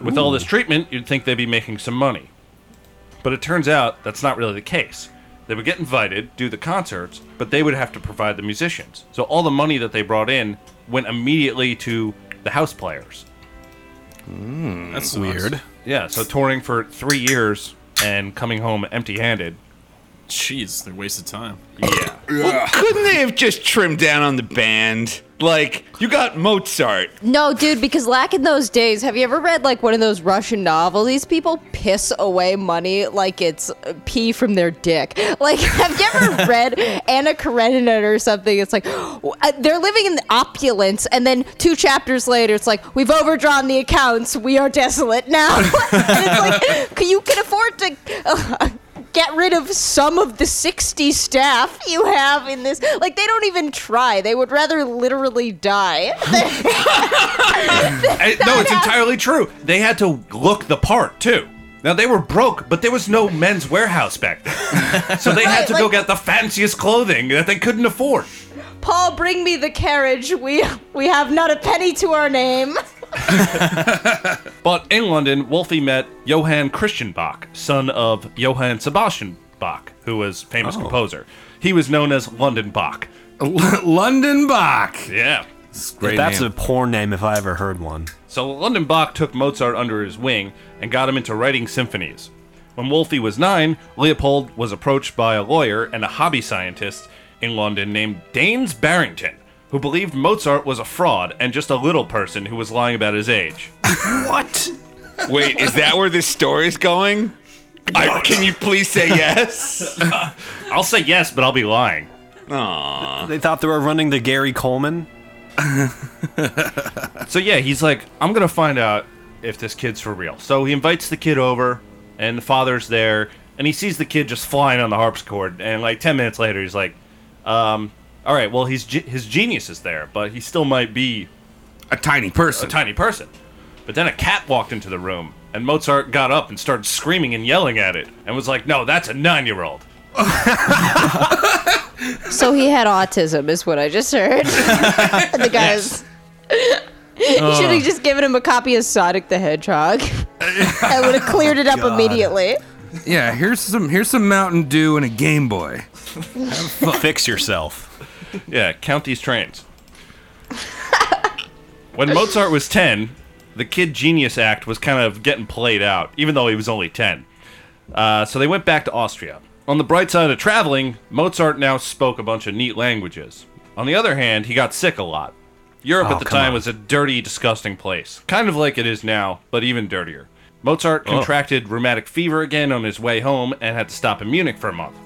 Speaker 1: With all this treatment, you'd think they'd be making some money. But it turns out that's not really the case. They would get invited, do the concerts, but they would have to provide the musicians. So all the money that they brought in went immediately to the house players.
Speaker 8: That's weird.
Speaker 1: Yeah, so touring for three years and coming home empty handed.
Speaker 8: Jeez, they're wasted time.
Speaker 1: Yeah.
Speaker 11: Well, couldn't they have just trimmed down on the band? Like, you got Mozart.
Speaker 4: No, dude, because lack in those days, have you ever read like one of those Russian novels? These people piss away money like it's uh, pee from their dick. Like, have you ever read Anna Karenina or something? It's like w- uh, they're living in opulence, and then two chapters later, it's like we've overdrawn the accounts, we are desolate now. and it's like you can afford to. uh, Get rid of some of the 60 staff you have in this. Like, they don't even try. They would rather literally die.
Speaker 1: I- no, it's entirely true. They had to look the part, too. Now, they were broke, but there was no men's warehouse back then. so they had to go get the fanciest clothing that they couldn't afford.
Speaker 4: Paul, bring me the carriage. We we have not a penny to our name.
Speaker 1: But in London, Wolfie met Johann Christian Bach, son of Johann Sebastian Bach, who was famous composer. He was known as London Bach.
Speaker 10: London Bach.
Speaker 1: Yeah.
Speaker 10: Great
Speaker 9: That's
Speaker 10: name.
Speaker 9: a porn name if I ever heard one.
Speaker 1: So London Bach took Mozart under his wing and got him into writing symphonies. When Wolfie was nine, Leopold was approached by a lawyer and a hobby scientist in London named Daines Barrington, who believed Mozart was a fraud and just a little person who was lying about his age.
Speaker 9: What?
Speaker 11: Wait, is that where this story's going? I, can you please say yes?
Speaker 1: I'll say yes, but I'll be lying.
Speaker 11: Aww.
Speaker 9: They thought they were running the Gary Coleman?
Speaker 1: So yeah, he's like, I'm gonna find out if this kid's for real. So he invites the kid over, and the father's there, and he sees the kid just flying on the harpsichord. And like ten minutes later, he's like, um, "All right, well, he's ge- his genius is there, but he still might be
Speaker 10: a tiny
Speaker 1: a
Speaker 10: person.
Speaker 1: tiny person." But then a cat walked into the room And Mozart got up and started screaming and yelling at it and was like, no, that's a nine year old.
Speaker 4: So he had autism, is what I just heard. the guys. you should have just given him a copy of Sonic the Hedgehog. I would have cleared it up
Speaker 10: God.
Speaker 4: immediately.
Speaker 10: Yeah, here's some here's some Mountain Dew and a Game Boy.
Speaker 1: Fix yourself. Yeah, count these trains. when Mozart was 10, the Kid Genius Act was kind of getting played out, even though he was only 10. Uh, so they went back to Austria. On the bright side of traveling, Mozart now spoke a bunch of neat languages. On the other hand, he got sick a lot. Europe
Speaker 12: Oh,
Speaker 1: at the
Speaker 12: come
Speaker 1: time
Speaker 12: on.
Speaker 1: was a dirty, disgusting place, kind of like it is now, but even dirtier. Mozart
Speaker 12: Oh.
Speaker 1: contracted rheumatic fever again on his way home and had to stop in Munich for a month.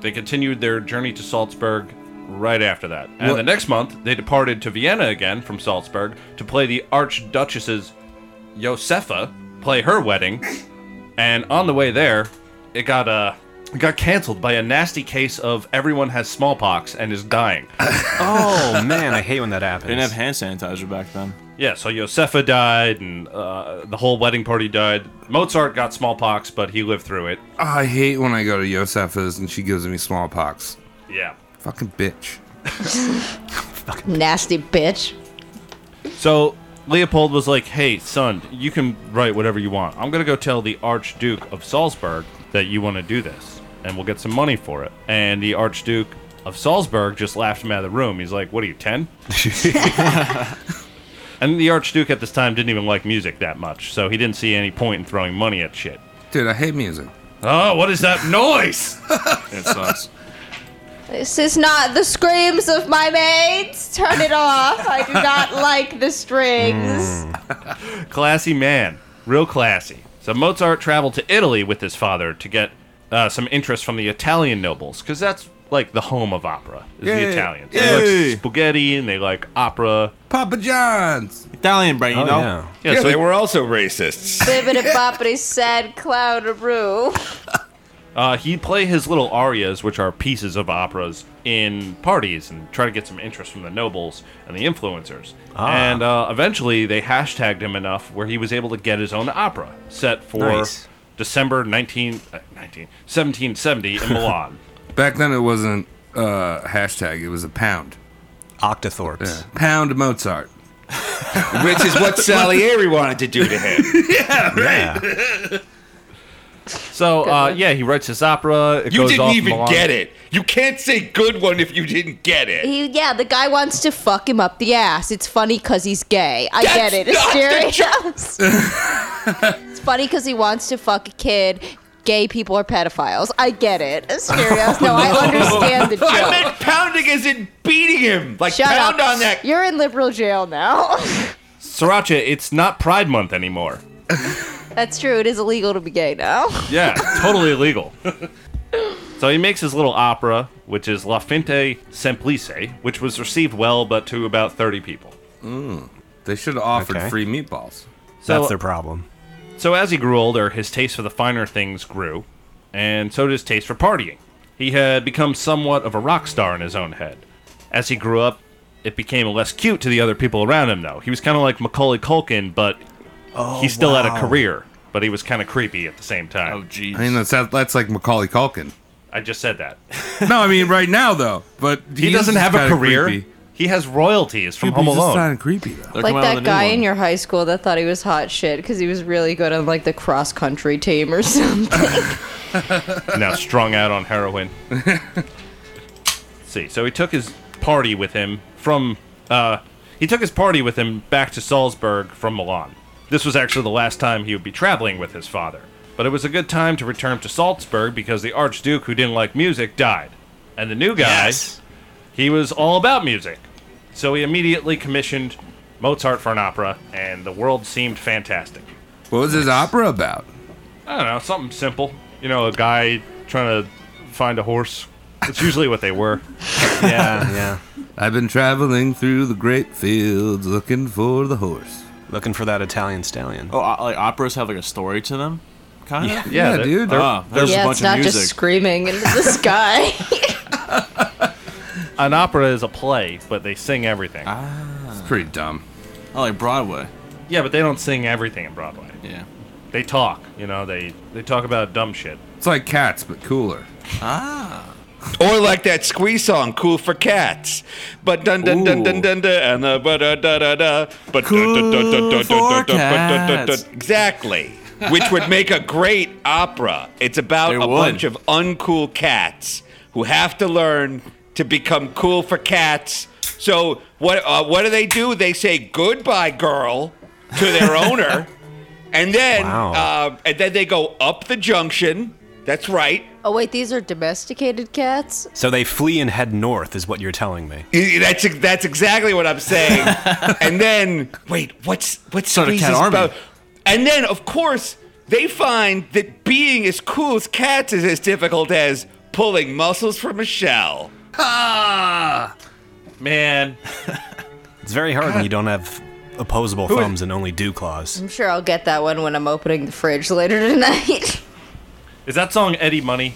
Speaker 1: They continued their journey to Salzburg right after that. And
Speaker 12: What-
Speaker 1: the next month, they departed to Vienna again from Salzburg to play the Archduchess's Josefa, play her wedding. And on the way there, it got uh, it got canceled by a nasty case of everyone has smallpox and is dying.
Speaker 9: Oh man, I hate when that happens.
Speaker 8: They didn't have hand sanitizer back then.
Speaker 1: Yeah, so Josefa died, and uh, the whole wedding party died. Mozart got smallpox, but he lived through it.
Speaker 10: Oh, I hate when I go to Yosefa's and she gives me smallpox.
Speaker 1: Yeah.
Speaker 10: Fucking bitch.
Speaker 4: Nasty bitch.
Speaker 1: So Leopold was like, "Hey, son, you can write whatever you want. I'm gonna go tell the Archduke of Salzburg that you want to do this, and we'll get some money for it." And the Archduke of Salzburg just laughed him out of the room. He's like, "What are you, ten? and the Archduke at this time didn't even like music that much, so he didn't see any point in throwing money at shit.
Speaker 10: Dude, I hate music.
Speaker 1: Oh, what is that noise? it sucks.
Speaker 4: This is not the screams of my maids. Turn it off. I do not like the strings.
Speaker 1: classy man, real classy. So Mozart traveled to Italy with his father to get uh, some interest from the Italian nobles, because that's like the home of opera. Is
Speaker 10: Yay.
Speaker 1: the Italians? They
Speaker 10: Yay.
Speaker 1: like spaghetti and they like opera.
Speaker 10: Papa John's.
Speaker 1: Italian brain,
Speaker 10: you Oh, know? yeah. Yeah, they
Speaker 1: were also racists.
Speaker 4: Bibbidi boppity sad cloudaroo.
Speaker 1: Uh, he'd play his little arias, which are pieces of operas, in parties and try to get some interest from the nobles and the influencers.
Speaker 12: Ah.
Speaker 1: And uh, eventually, they hashtagged him enough where he was able to get his own opera set for
Speaker 10: Nice.
Speaker 1: December 19, uh, 19, 1770 in Milan.
Speaker 10: Back then it wasn't uh hashtag, it was a pound.
Speaker 9: Octothorpes.
Speaker 10: Pound Mozart.
Speaker 11: Which is what Salieri wanted to do to him.
Speaker 10: yeah, right.
Speaker 1: so uh, yeah, he writes his opera. It
Speaker 11: You
Speaker 1: goes
Speaker 11: didn't
Speaker 1: off
Speaker 11: even
Speaker 1: Milan.
Speaker 11: get it. You can't say good one if you didn't get it.
Speaker 4: He, yeah, the guy wants to fuck him up the ass. It's funny because he's gay. I
Speaker 11: That's
Speaker 4: get it. It's
Speaker 11: not the
Speaker 4: stereotypes. it's funny because he wants to fuck a kid. Gay people are pedophiles. I get it. It's Stereos. No, I understand the joke.
Speaker 11: I meant pounding as in beating him. Like
Speaker 4: Shut
Speaker 11: pound
Speaker 4: up.
Speaker 11: on that.
Speaker 4: You're in liberal jail now.
Speaker 1: Sriracha, it's not Pride Month anymore.
Speaker 4: That's true. It is illegal to be gay now.
Speaker 1: Yeah, totally illegal. So he makes his little opera, which is La Finte Semplice, which was received well, but to about 30 people.
Speaker 10: Mm. They should have offered
Speaker 1: Okay.
Speaker 10: free meatballs.
Speaker 1: So- their
Speaker 9: problem.
Speaker 1: So as he grew older, his taste for the finer things grew, and so did his taste for partying. He had become somewhat of a rock star in his own head. As he grew up, it became less cute to the other people around him, though. He was kind of like Macaulay Culkin, but he still had
Speaker 10: wow.
Speaker 1: a career, but he was kind of creepy at the same time. Oh, jeez.
Speaker 10: I mean that's that's like Macaulay Culkin.
Speaker 1: I just said that.
Speaker 10: no, I mean right now though. But
Speaker 1: He,
Speaker 10: is
Speaker 1: doesn't have a
Speaker 10: kinda
Speaker 1: career.
Speaker 10: creepy.
Speaker 1: He has royalties from
Speaker 10: Yeah, but
Speaker 1: Home
Speaker 10: he's just
Speaker 1: Alone.
Speaker 10: kinda creepy though.
Speaker 4: like that guy in your high school that thought he was hot shit because he was really good on like the cross country team or something.
Speaker 1: now strung out on heroin. see, so he took his party with him from uh he took his party with him back to Salzburg from Milan. This was actually the last time he would be traveling with his father. But it was a good time to return to Salzburg because the Archduke who didn't like music died. And the new guy he was all about music. So he immediately commissioned Mozart for an opera and the world seemed fantastic.
Speaker 10: What was his opera about?
Speaker 1: I don't know, something simple. You know, a guy trying to find a horse. It's usually what they were. yeah,
Speaker 9: yeah.
Speaker 10: I've been traveling through the great fields looking for the horse.
Speaker 9: Looking for that Italian stallion.
Speaker 8: Oh, o- like operas have like a story to them, kind of.
Speaker 10: Yeah, Yeah, dude. they're-
Speaker 8: Oh, there's
Speaker 4: yeah,
Speaker 8: a bunch
Speaker 4: it's not
Speaker 8: of music.
Speaker 4: just screaming into the sky.
Speaker 1: An opera is a play, but they sing everything.
Speaker 10: It's pretty dumb.
Speaker 8: Oh, like Broadway.
Speaker 1: Yeah, but they don't sing everything in Broadway.
Speaker 8: Yeah.
Speaker 1: they talk. You know, they they talk about dumb shit.
Speaker 10: It's like cats, but cooler.
Speaker 1: Ah.
Speaker 11: Or like that squeeze song, "Cool for Cats," but dun dun dun dun dun dun, and uh, but da da da da, but dun dun dun dun dun
Speaker 6: Cool
Speaker 11: dun
Speaker 6: for
Speaker 11: dun dun dun
Speaker 6: cats.
Speaker 11: dun. Exactly, which would make a great opera. It's about
Speaker 6: It
Speaker 11: a
Speaker 6: would.
Speaker 11: bunch of uncool cats who have to learn to become cool for cats. So what uh, what do they do? They say goodbye, girl, to their owner, and then uh, and then they go up the junction. That's right.
Speaker 4: Oh wait, these are domesticated cats.
Speaker 9: So they flee and head north, is what you're telling me.
Speaker 11: I- That's that's exactly what I'm saying. and then wait, what's what's
Speaker 9: Sort of
Speaker 11: Squeeze
Speaker 9: cat
Speaker 11: is
Speaker 9: army.
Speaker 11: about? And then of course they find that being as cool as cats is as difficult as pulling muscles from a shell.
Speaker 1: Ah, man.
Speaker 9: It's very hard when you don't have opposable
Speaker 4: Who is-
Speaker 9: thumbs and only dew claws.
Speaker 4: I'm sure I'll get that one when I'm opening the fridge later tonight.
Speaker 1: Is that song Eddie Money?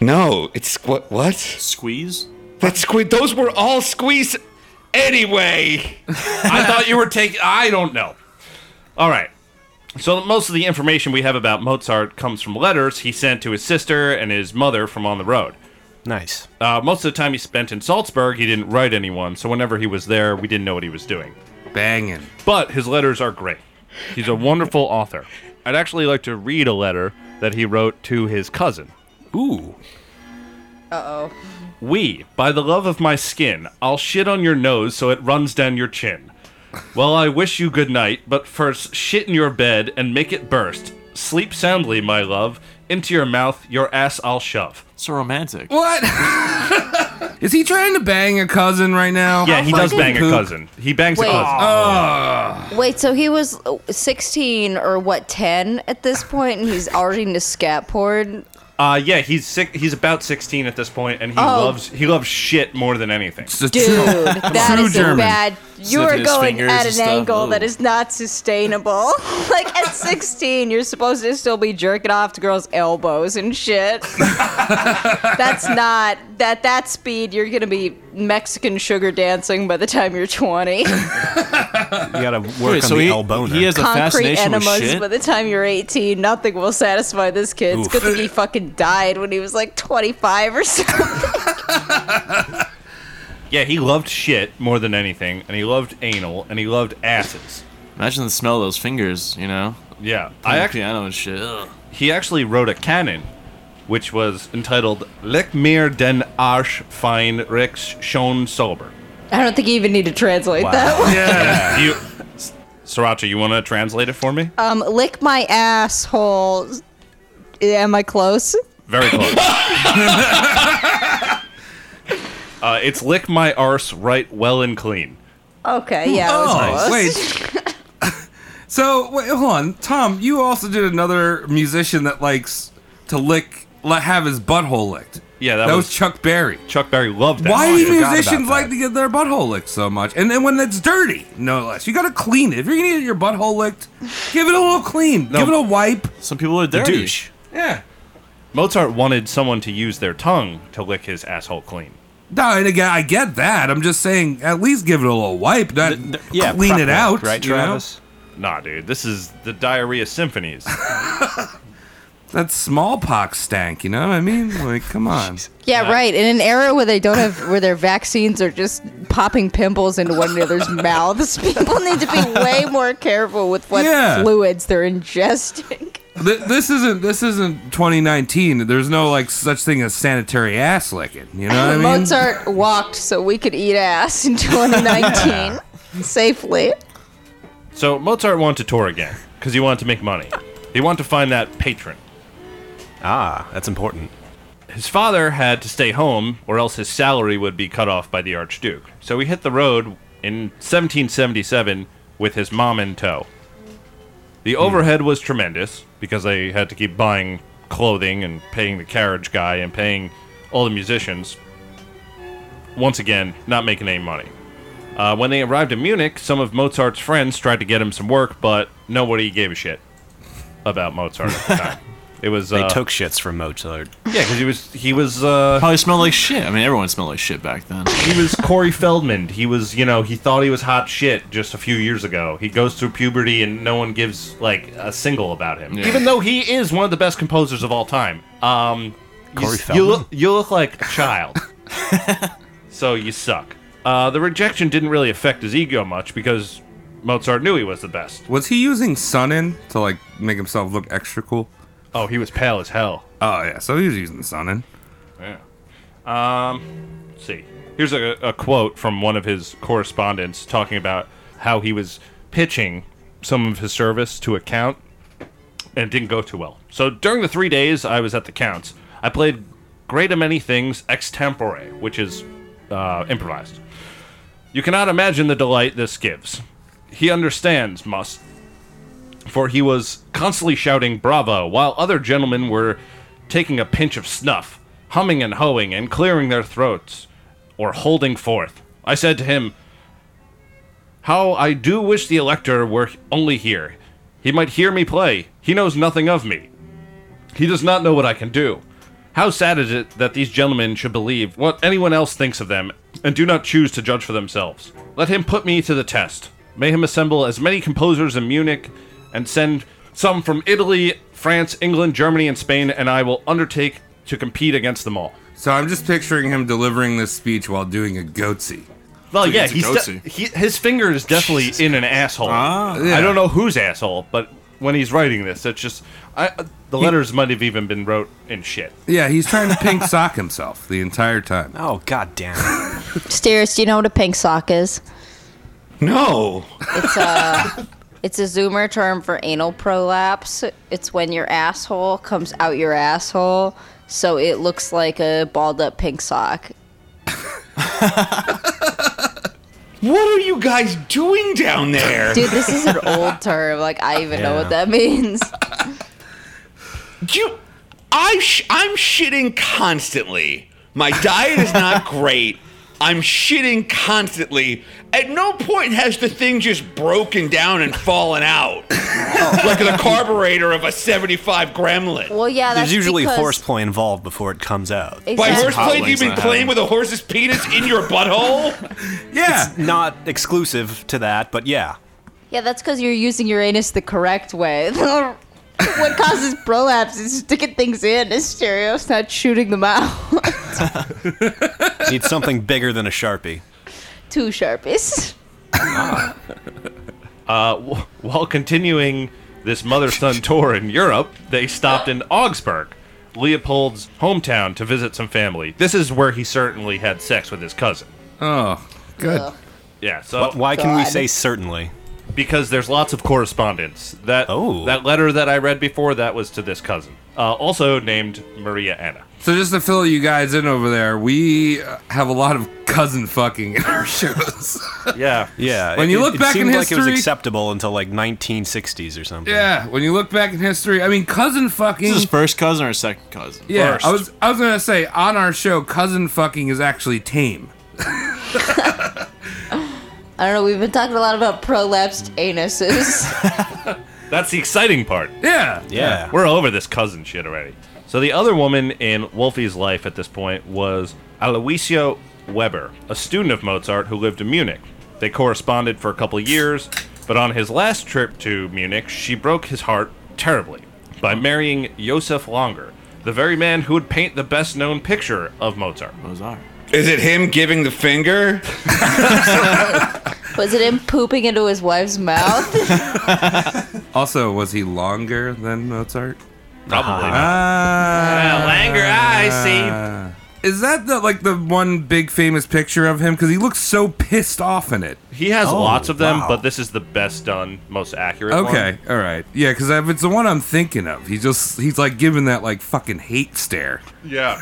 Speaker 11: No, it's what what
Speaker 8: squeeze.
Speaker 11: That squeeze. Those were all squeeze. Anyway,
Speaker 1: I thought you were taking. I don't know. All right. So most of the information we have about Mozart comes from letters he sent to his sister and his mother from on the road.
Speaker 9: Nice.
Speaker 1: Uh, most of the time he spent in Salzburg, he didn't write anyone. So whenever he was there, we didn't know what he was doing.
Speaker 10: Banging.
Speaker 1: But his letters are great. He's a wonderful author. I'd actually like to read a letter that he wrote to his cousin.
Speaker 9: Ooh.
Speaker 4: Uh oh.
Speaker 1: We, by the love of my skin, I'll shit on your nose so it runs down your chin. Well, I wish you good night, but first shit in your bed and make it burst. Sleep soundly, my love. Into your mouth, your ass I'll shove.
Speaker 8: So romantic.
Speaker 10: What? Is he trying to bang a cousin right now?
Speaker 1: Yeah, he does bang a
Speaker 10: Poop.
Speaker 1: cousin. He bangs
Speaker 4: Wait.
Speaker 1: a cousin.
Speaker 10: Oh.
Speaker 4: Wait, so he was uh, 16 or what 10 at this point, and he's already into scat porn.
Speaker 1: Uh, yeah, he's six, he's about 16 at this point, and he
Speaker 4: Oh.
Speaker 1: loves he loves shit more than anything.
Speaker 4: Dude, that is a bad. You are going at an angle that is not sustainable. like at 16, you're supposed to still be jerking off to girls' elbows and shit. that's not that that speed. You're gonna be Mexican sugar dancing by the time you're 20.
Speaker 9: You gotta work
Speaker 8: uh, Wait,
Speaker 9: on
Speaker 8: so
Speaker 9: the
Speaker 8: he-
Speaker 9: elbow.
Speaker 8: he has a
Speaker 4: Concrete
Speaker 8: fascination with
Speaker 4: enemas
Speaker 8: shit?
Speaker 4: by the time you're 18. Nothing will satisfy this kid. It's
Speaker 8: Oof.
Speaker 4: good that he fucking died when he was like 25 or something.
Speaker 1: Yeah, he loved shit more than anything, and he loved anal, and he loved asses.
Speaker 8: Imagine the smell of those fingers, you know?
Speaker 1: Yeah,
Speaker 8: Playing
Speaker 1: I actually
Speaker 8: piano and shit. Ugh.
Speaker 1: he actually wrote a canon, which was entitled "Lech mir den Arsch fein Rex schon sober."
Speaker 4: I don't think you even need to translate that one.
Speaker 1: Yeah, you, Sriracha, you want to translate it for me?
Speaker 4: Um, lick my asshole. Am I close?
Speaker 1: Very close. uh, it's "Lick my arse right well and clean."
Speaker 4: Okay, yeah. I was
Speaker 10: Oh,
Speaker 4: close.
Speaker 10: wait. so wait, hold on, Tom. You also did another musician that likes to lick, li- have his butthole licked.
Speaker 1: Yeah,
Speaker 10: that,
Speaker 1: that
Speaker 10: was,
Speaker 1: was-
Speaker 10: Chuck Berry.
Speaker 1: Chuck Berry loved that.
Speaker 10: Why
Speaker 1: song.
Speaker 10: do musicians like to get their butthole licked so much? And then when it's dirty, no less. You gotta clean it. If you're gonna get your butthole licked, give it a little clean. Give it a wipe.
Speaker 8: Some people are dirty.
Speaker 10: douche. Yeah.
Speaker 1: Mozart wanted someone to use their tongue to lick his asshole clean.
Speaker 10: No, and again, I get that. I'm just saying, at least give it a little wipe. Not
Speaker 1: yeah,
Speaker 10: clean
Speaker 1: prep
Speaker 10: it
Speaker 1: work,
Speaker 10: out,
Speaker 1: right,
Speaker 10: you know?
Speaker 1: Travis? Nah, dude, this is the diarrhea symphonies.
Speaker 10: That's smallpox stank. You know what I mean? Like, come on.
Speaker 4: Yeah, right. In an era where they don't have, where their vaccines are just popping pimples into one another's mouths, people need to be way more careful with what
Speaker 10: Yeah.
Speaker 4: fluids they're ingesting.
Speaker 10: Th- this isn't this isn't 2019. There's no like such thing as sanitary ass licking. You know what I mean?
Speaker 4: Mozart walked so we could eat ass in 2019 safely.
Speaker 1: So Mozart wanted to tour again because he wanted to make money. He wanted to find that patron.
Speaker 9: Ah, that's important.
Speaker 1: His father had to stay home, or else his salary would be cut off by the Archduke. So he hit the road in 1777 with his mom in tow.
Speaker 9: Hmm.
Speaker 1: The overhead was tremendous because they had to keep buying clothing and paying the carriage guy and paying all the musicians. Once again, not making any money. Uh, when they arrived in Munich, some of Mozart's friends tried to get him some work, but nobody gave a shit about Mozart at the time. It was
Speaker 9: They
Speaker 1: uh,
Speaker 9: took shits from Mozart.
Speaker 1: Yeah, because he was he was uh,
Speaker 8: probably smelled like shit. I mean, everyone smelled like shit back then.
Speaker 1: He was Corey Feldman. He was, you know, he thought he was hot shit just a few years ago. He goes through puberty and no one gives like a single about him,
Speaker 8: Yeah.
Speaker 1: even though he is one of the best composers of all time. Um, you,
Speaker 8: Corey
Speaker 1: s-
Speaker 8: Feldman?
Speaker 1: You look, you look like a child, so you suck. Uh, the rejection didn't really affect his ego much because Mozart knew he was the best.
Speaker 10: Was he using Sunin to like make himself look extra cool?
Speaker 1: Oh, he was pale as hell.
Speaker 10: Oh yeah, so he was using Sunin.
Speaker 1: Yeah. Um, let's see. Here's a, a quote from one of his correspondents talking about how he was pitching some of his service to a count and it didn't go too well. So during the three days I was at the counts, I played great a many things extempore, which is uh, improvised. You cannot imagine the delight this gives. He understands, must, for he was constantly shouting bravo while other gentlemen were taking a pinch of snuff, humming and hoeing and clearing their throats, or holding forth. I said to him, How I do wish the elector were only here. He might hear me play. He knows nothing of me. He does not know what I can do. How sad is it that these gentlemen should believe what anyone else thinks of them and do not choose to judge for themselves? Let him put me to the test. May him assemble as many composers in Munich and send some from Italy, France, England, Germany, and Spain, and I will undertake to compete against them all.
Speaker 10: So I'm just picturing him delivering this speech while doing a goatsy.
Speaker 1: Well,
Speaker 10: Dude,
Speaker 1: yeah,
Speaker 10: it's a
Speaker 1: he's
Speaker 10: goatee.
Speaker 1: de- he, his finger is definitely in an asshole.
Speaker 10: Ah. Yeah.
Speaker 1: I don't know whose asshole, but when he's writing this, it's just I, uh, the letters might have even been wrote in shit.
Speaker 10: Yeah, he's trying to pink sock himself the entire time.
Speaker 9: Oh god damn it.
Speaker 4: Steers, do you know what a pink sock is?
Speaker 10: no.
Speaker 4: It's a it's a zoomer term for anal prolapse. It's when your asshole comes out your asshole, so it looks like a balled up pink sock.
Speaker 11: What are you guys doing down there?
Speaker 4: Dude, this is an old term. Like I even know what that means.
Speaker 11: You, I sh- I'm shitting constantly. My diet is not great. I'm shitting constantly. At no point has the thing just broken down and fallen out like the carburetor of a 75 Gremlin.
Speaker 4: Well, yeah, that's
Speaker 9: There's usually
Speaker 4: because
Speaker 9: horseplay involved before it comes out.
Speaker 11: By
Speaker 4: Exactly.
Speaker 11: horseplay, do you mean playing with a horse's penis in your butthole?
Speaker 10: Yeah.
Speaker 9: It's not exclusive to that, but yeah.
Speaker 4: yeah, that's because you're using your anus the correct way. what causes prolapse is sticking things in. Is stereos not shooting them out?
Speaker 9: Need something bigger than a Sharpie.
Speaker 4: Two sharpies.
Speaker 1: Uh, w- while continuing this mother son tour in Europe, they stopped in Augsburg, Leopold's hometown, to visit some family. This is where he certainly had sex with his cousin.
Speaker 10: Oh, good.
Speaker 4: Ugh.
Speaker 1: Yeah, so
Speaker 9: Wh- Why can we
Speaker 4: God.
Speaker 9: say certainly?
Speaker 1: because there's lots of correspondence. That
Speaker 9: Oh.
Speaker 1: that letter that I read before that was to this cousin, uh, also named Maria Anna.
Speaker 10: So just to fill you guys in over there, we uh, have a lot of cousin fucking in our shows.
Speaker 1: Yeah,
Speaker 9: Yeah.
Speaker 10: When
Speaker 9: it-
Speaker 10: you
Speaker 9: it-
Speaker 10: look back
Speaker 9: it
Speaker 10: in
Speaker 9: seemed like it
Speaker 10: history-
Speaker 9: was acceptable until like 1960s or something.
Speaker 10: yeah, when you look back in history, I mean, cousin fucking.
Speaker 8: Is this his first cousin or his second cousin?
Speaker 10: yeah,
Speaker 1: first.
Speaker 10: I was I was gonna say on our show, cousin fucking is actually tame.
Speaker 4: I don't know. We've been talking a lot about prolapsed anuses.
Speaker 1: that's the exciting part.
Speaker 10: Yeah,
Speaker 9: Yeah.
Speaker 1: We're over this cousin shit already. So the other woman in Wolfie's life at this point was Aloisio Weber, a student of Mozart who lived in Munich. They corresponded for a couple of years, but on his last trip to Munich, she broke his heart terribly by marrying Josef Longer, the very man who would paint the best known picture of Mozart.
Speaker 9: Oh,
Speaker 8: Bizarre.
Speaker 11: Is it him giving the finger?
Speaker 4: Was it him pooping into his wife's mouth?
Speaker 10: Also, was he longer than Mozart?
Speaker 1: Probably not.
Speaker 10: Ah,
Speaker 11: Langer, I see.
Speaker 10: is that the like the one big famous picture of him? Because he looks so pissed off in it.
Speaker 1: He has
Speaker 9: Oh,
Speaker 1: lots of them,
Speaker 9: wow.
Speaker 1: but this is the best done, most accurate one.
Speaker 10: Okay, all right, yeah. Because if it's the one I'm thinking of, he just he's like giving that like fucking hate stare.
Speaker 1: Yeah.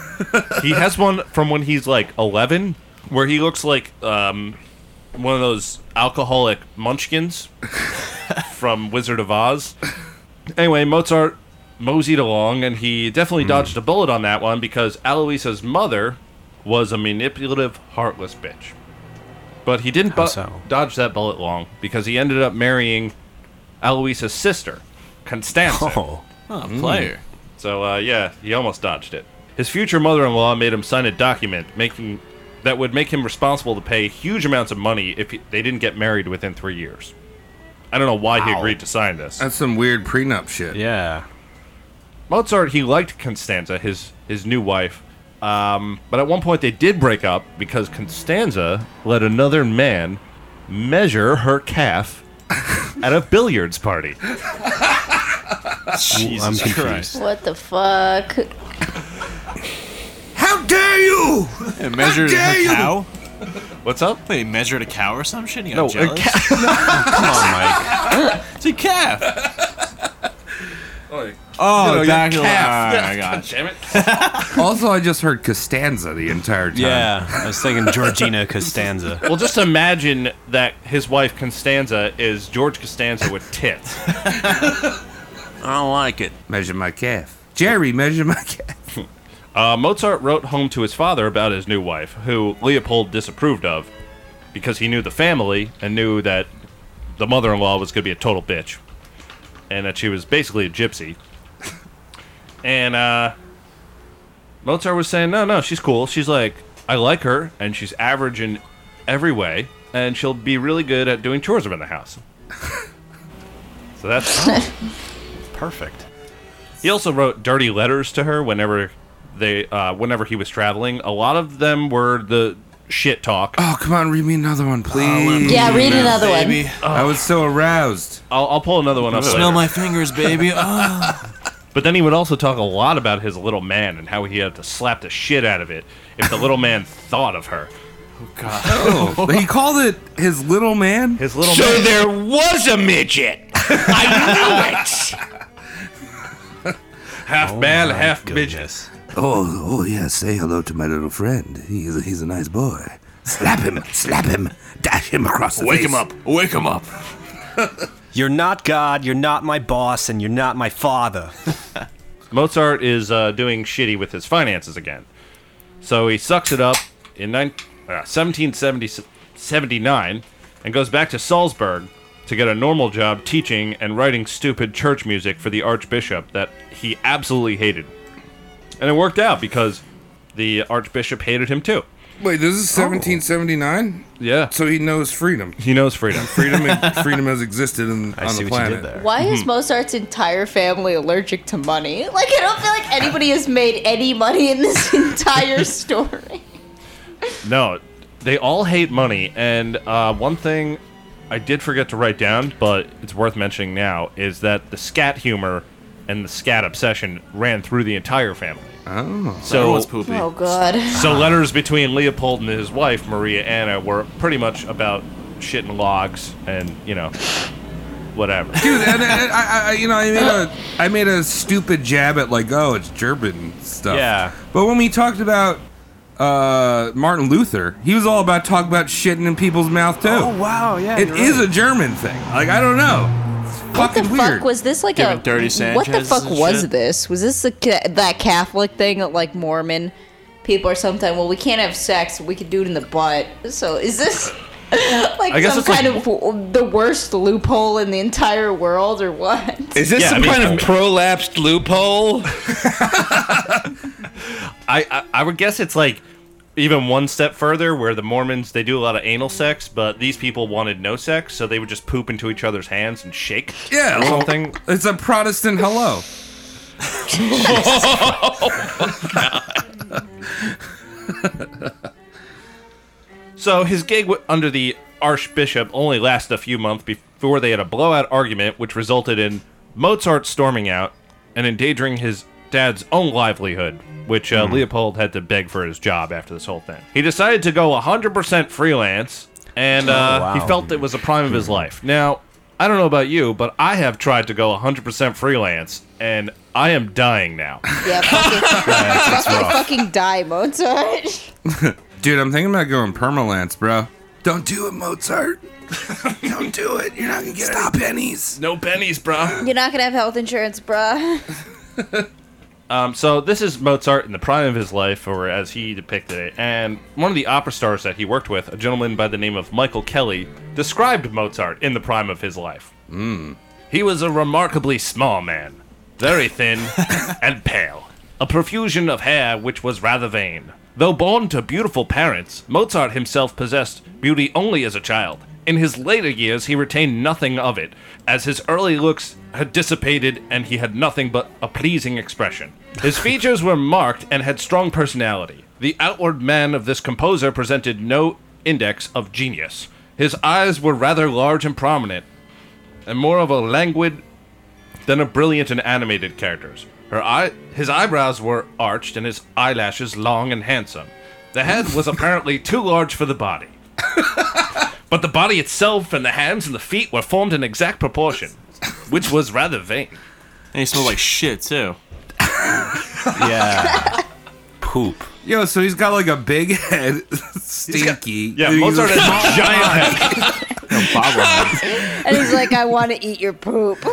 Speaker 1: he has one from when he's like 11 where he looks like um, one of those alcoholic munchkins from Wizard of Oz. Anyway, Mozart moseyed along and he
Speaker 9: Hmm.
Speaker 1: definitely dodged a bullet on that one because Aloisa's mother was a manipulative, heartless bitch. But he didn't bu-
Speaker 9: so?
Speaker 1: dodge that bullet long because he ended up marrying Aloisa's sister, Constanza.
Speaker 9: Oh.
Speaker 8: Oh, player.
Speaker 1: So uh, yeah, he almost dodged it. His future mother-in-law made him sign a document making that would make him responsible to pay huge amounts of money if he, they didn't get married within three years. I don't know why he
Speaker 10: Wow.
Speaker 1: agreed to sign this.
Speaker 10: That's some weird prenup shit.
Speaker 1: Yeah. Mozart, he liked Constanza, his his new wife, um, but at one point they did break up because Constanza let another man measure her calf at a billiards party. Jesus
Speaker 9: I'm confused.
Speaker 4: What the fuck?
Speaker 10: How dare you?
Speaker 8: They measured
Speaker 10: How dare
Speaker 8: a
Speaker 10: you!
Speaker 8: cow.
Speaker 1: What's up?
Speaker 8: They measured a cow or some shit. and He got
Speaker 10: No, a
Speaker 8: jealous.
Speaker 9: Oh,
Speaker 8: Come on, Mike. it's a calf. Oh,
Speaker 10: No, your
Speaker 8: back
Speaker 10: calf.
Speaker 8: Oh, my God.
Speaker 1: damn it.
Speaker 10: also, I just heard Costanza the entire time.
Speaker 1: Yeah,
Speaker 9: I was thinking Georgina Costanza.
Speaker 1: Well, just imagine that his wife Constanza is George Costanza with tits.
Speaker 10: I don't like it. Measure my calf. Jerry, measure my calf.
Speaker 1: Uh, Mozart wrote home to his father about his new wife, who Leopold disapproved of because he knew the family and knew that the mother in law was going to be a total bitch and that she was basically a gypsy. and uh, Mozart was saying, No, no, she's cool. She's like, I like her and she's average in every way and she'll be really good at doing chores around the house. so that's perfect. He also wrote dirty letters to her whenever they uh, whenever he was traveling. A lot of them were the shit talk.
Speaker 10: Oh, come on, read me another one, please.
Speaker 4: Yeah, read another one.
Speaker 10: I was so aroused.
Speaker 1: I'll, I'll pull another one up.
Speaker 8: Smell
Speaker 1: later.
Speaker 8: my fingers, baby. Oh.
Speaker 1: But then he would also talk a lot about his little man and how he had to slap the shit out of it if the little man thought of her.
Speaker 10: Oh, he called it his little man.
Speaker 1: His little
Speaker 11: So
Speaker 1: man.
Speaker 11: there was a midget. I knew it.
Speaker 9: Oh,
Speaker 1: half man, half bitch.
Speaker 10: Oh, oh yeah. Say hello to my little friend. He's a, he's a nice boy. Slap him, slap him, dash him across the face.
Speaker 8: Wake him up.
Speaker 9: You're not God, you're not my boss, and you're not my father.
Speaker 1: Mozart is uh, doing shitty with his finances again. So he sucks it up in nine, uh, 1779 and goes back to Salzburg to get a normal job teaching and writing stupid church music for the archbishop that he absolutely hated. And it worked out because the archbishop hated him too.
Speaker 10: Wait, this is 1779.
Speaker 1: Yeah.
Speaker 10: So he knows freedom.
Speaker 1: He knows freedom.
Speaker 10: Freedom, freedom has existed in, on the planet.
Speaker 4: Why is Mozart's entire family allergic to money? Like, I don't feel like anybody has made any money in this entire story.
Speaker 1: No, they all hate money. And uh, one thing I did forget to write down, but it's worth mentioning now, is that the scat humor and the scat obsession ran through the entire family.
Speaker 10: Oh,
Speaker 1: So-
Speaker 8: everyone's poopy.
Speaker 4: Oh, God.
Speaker 1: So letters between Leopold and his wife Maria Anna were pretty much about shit and logs and you know whatever.
Speaker 10: dude. And, and I, I, you know, I made a, I made a stupid jab at like, oh, it's German stuff.
Speaker 1: Yeah.
Speaker 10: But when we talked about uh, Martin Luther, he was all about talking about shitting in people's mouth too.
Speaker 8: Oh, wow, yeah,
Speaker 10: It
Speaker 8: you're
Speaker 10: is
Speaker 8: right.
Speaker 10: a German thing. Like I don't know. It's
Speaker 4: What the
Speaker 10: fucking weird.
Speaker 4: fuck was this like
Speaker 8: Giving
Speaker 4: a
Speaker 8: dirty
Speaker 4: What the
Speaker 8: Sanchez's
Speaker 4: fuck
Speaker 8: and
Speaker 4: was
Speaker 8: shit.
Speaker 4: this? Was this the, ca- that Catholic thing that like Mormon people are sometimes well we can't have sex we could do it in the butt. So is this like
Speaker 1: I guess
Speaker 4: some
Speaker 1: it's like-
Speaker 4: kind of w- the worst loophole in the entire world or what?
Speaker 11: Is this
Speaker 1: Yeah,
Speaker 11: some
Speaker 1: I mean-
Speaker 11: kind of prolapsed loophole?
Speaker 1: I, I I would guess it's like even one step further where the Mormons they do a lot of anal sex, but these people wanted no sex, so they would just poop into each other's hands and shake.
Speaker 10: Yeah,
Speaker 1: or
Speaker 10: well-
Speaker 1: something.
Speaker 10: It's a Protestant hello.
Speaker 1: So his gig w- under the Archbishop only lasted a few months before they had a blowout argument, which resulted in Mozart storming out and endangering his dad's own livelihood, which uh, Leopold had to beg for his job after this whole thing. He decided to go 100% freelance, and uh, he felt it was the prime of his life. Now, I don't know about you, but I have tried to go 100% freelance, and I am dying now.
Speaker 4: Yeah, fucking, fucking, fucking die, Mozart.
Speaker 10: Dude, I'm thinking about going permalance, bro. Don't do it, Mozart. Don't do it. You're not gonna get any pennies.
Speaker 1: no pennies, bruh.
Speaker 4: You're not gonna have health insurance, bruh.
Speaker 1: Um, so this is Mozart in the prime of his life, or as he depicted it. And one of the opera stars that he worked with, a gentleman by the name of Michael Kelly, described Mozart in the prime of his life. He was a remarkably small man, very thin, and pale. A profusion of hair which was rather vain. Though born to beautiful parents, Mozart himself possessed beauty only as a child. In his later years, he retained nothing of it, as his early looks had dissipated and he had nothing but a pleasing expression. His features were marked and had strong personality. The outward man of this composer presented no index of genius. His eyes were rather large and prominent, and more of a languid than a brilliant and animated character's. Her eye, his eyebrows were arched and his eyelashes long and handsome. The head was apparently too large for the body. but the body itself and the hands and the feet were formed in exact proportion, which was rather vain.
Speaker 12: And he smelled like shit, too.
Speaker 10: Yeah. Poop. Yo, so he's got like a big head, stinky.
Speaker 1: yeah,
Speaker 10: He's
Speaker 1: Mozart has a
Speaker 10: small
Speaker 1: giant
Speaker 10: eye.
Speaker 4: And he's like, I want to eat your poop.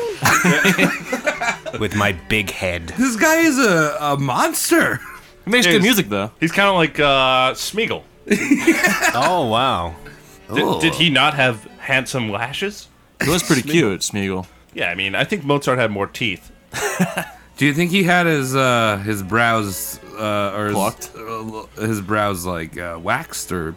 Speaker 9: with my big head.
Speaker 10: This guy is a, a monster.
Speaker 1: makes good
Speaker 9: music, though.
Speaker 1: He's kind of like uh, Smeagol.
Speaker 9: oh, wow.
Speaker 1: Did, did he not have handsome lashes?
Speaker 12: It was pretty cute, Smeagol.
Speaker 1: Yeah, I mean, I think Mozart had more teeth.
Speaker 10: Do you think he had his uh, his brows uh, or
Speaker 1: Plucked?
Speaker 10: his, uh, his brows like uh, waxed or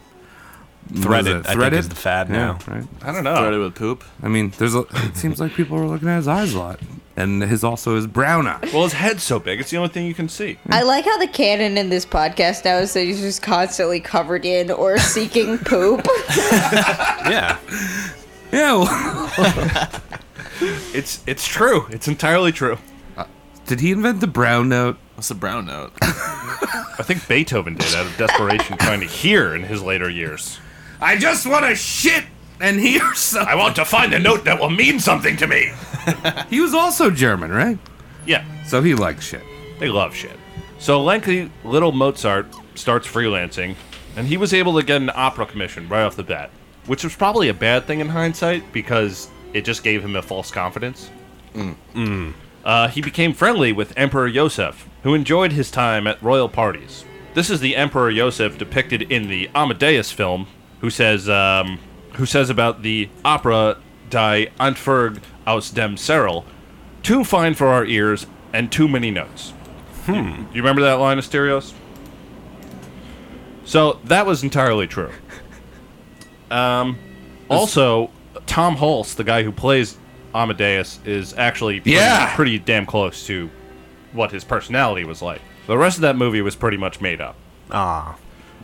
Speaker 10: what is
Speaker 9: Threaded,
Speaker 10: it,
Speaker 9: I think, is the fad
Speaker 10: Yeah,
Speaker 9: now.
Speaker 10: Right?
Speaker 1: I don't know.
Speaker 12: Threaded with poop.
Speaker 10: I mean, there's a, it seems like people are looking at his eyes a lot, and his also his brown eye.
Speaker 1: Well, his head's so big; it's the only thing you can see.
Speaker 4: I like how the canon in this podcast now is that he's just constantly covered in or seeking poop.
Speaker 9: Yeah.
Speaker 10: Yeah.
Speaker 1: it's it's true. It's entirely true.
Speaker 10: did he invent the brown note?
Speaker 12: What's the brown note?
Speaker 1: I think Beethoven did out of desperation trying to hear in his later years.
Speaker 10: I just want to shit and hear something.
Speaker 1: I want to find a note that will mean something to me.
Speaker 10: He was also German, right?
Speaker 1: Yeah.
Speaker 10: So he likes shit.
Speaker 1: They love shit. So lanky little Mozart starts freelancing, and he was able to get an opera commission right off the bat, which was probably a bad thing in hindsight because it just gave him a false confidence. Uh, he became friendly with Emperor Yosef, who enjoyed his time at royal parties. This is the Emperor Yosef depicted in the Amadeus film, who says, um, who says about the opera Die Entferg aus dem Serl, too fine for our ears and too many notes. Hmm. You remember that line, Asterios? So that was entirely true. Um, also, Tom Hulse, the guy who plays Amadeus, is actually pretty,
Speaker 11: Yeah.
Speaker 1: pretty damn close to what his personality was like. The rest of that movie was pretty much made up.
Speaker 10: Ah.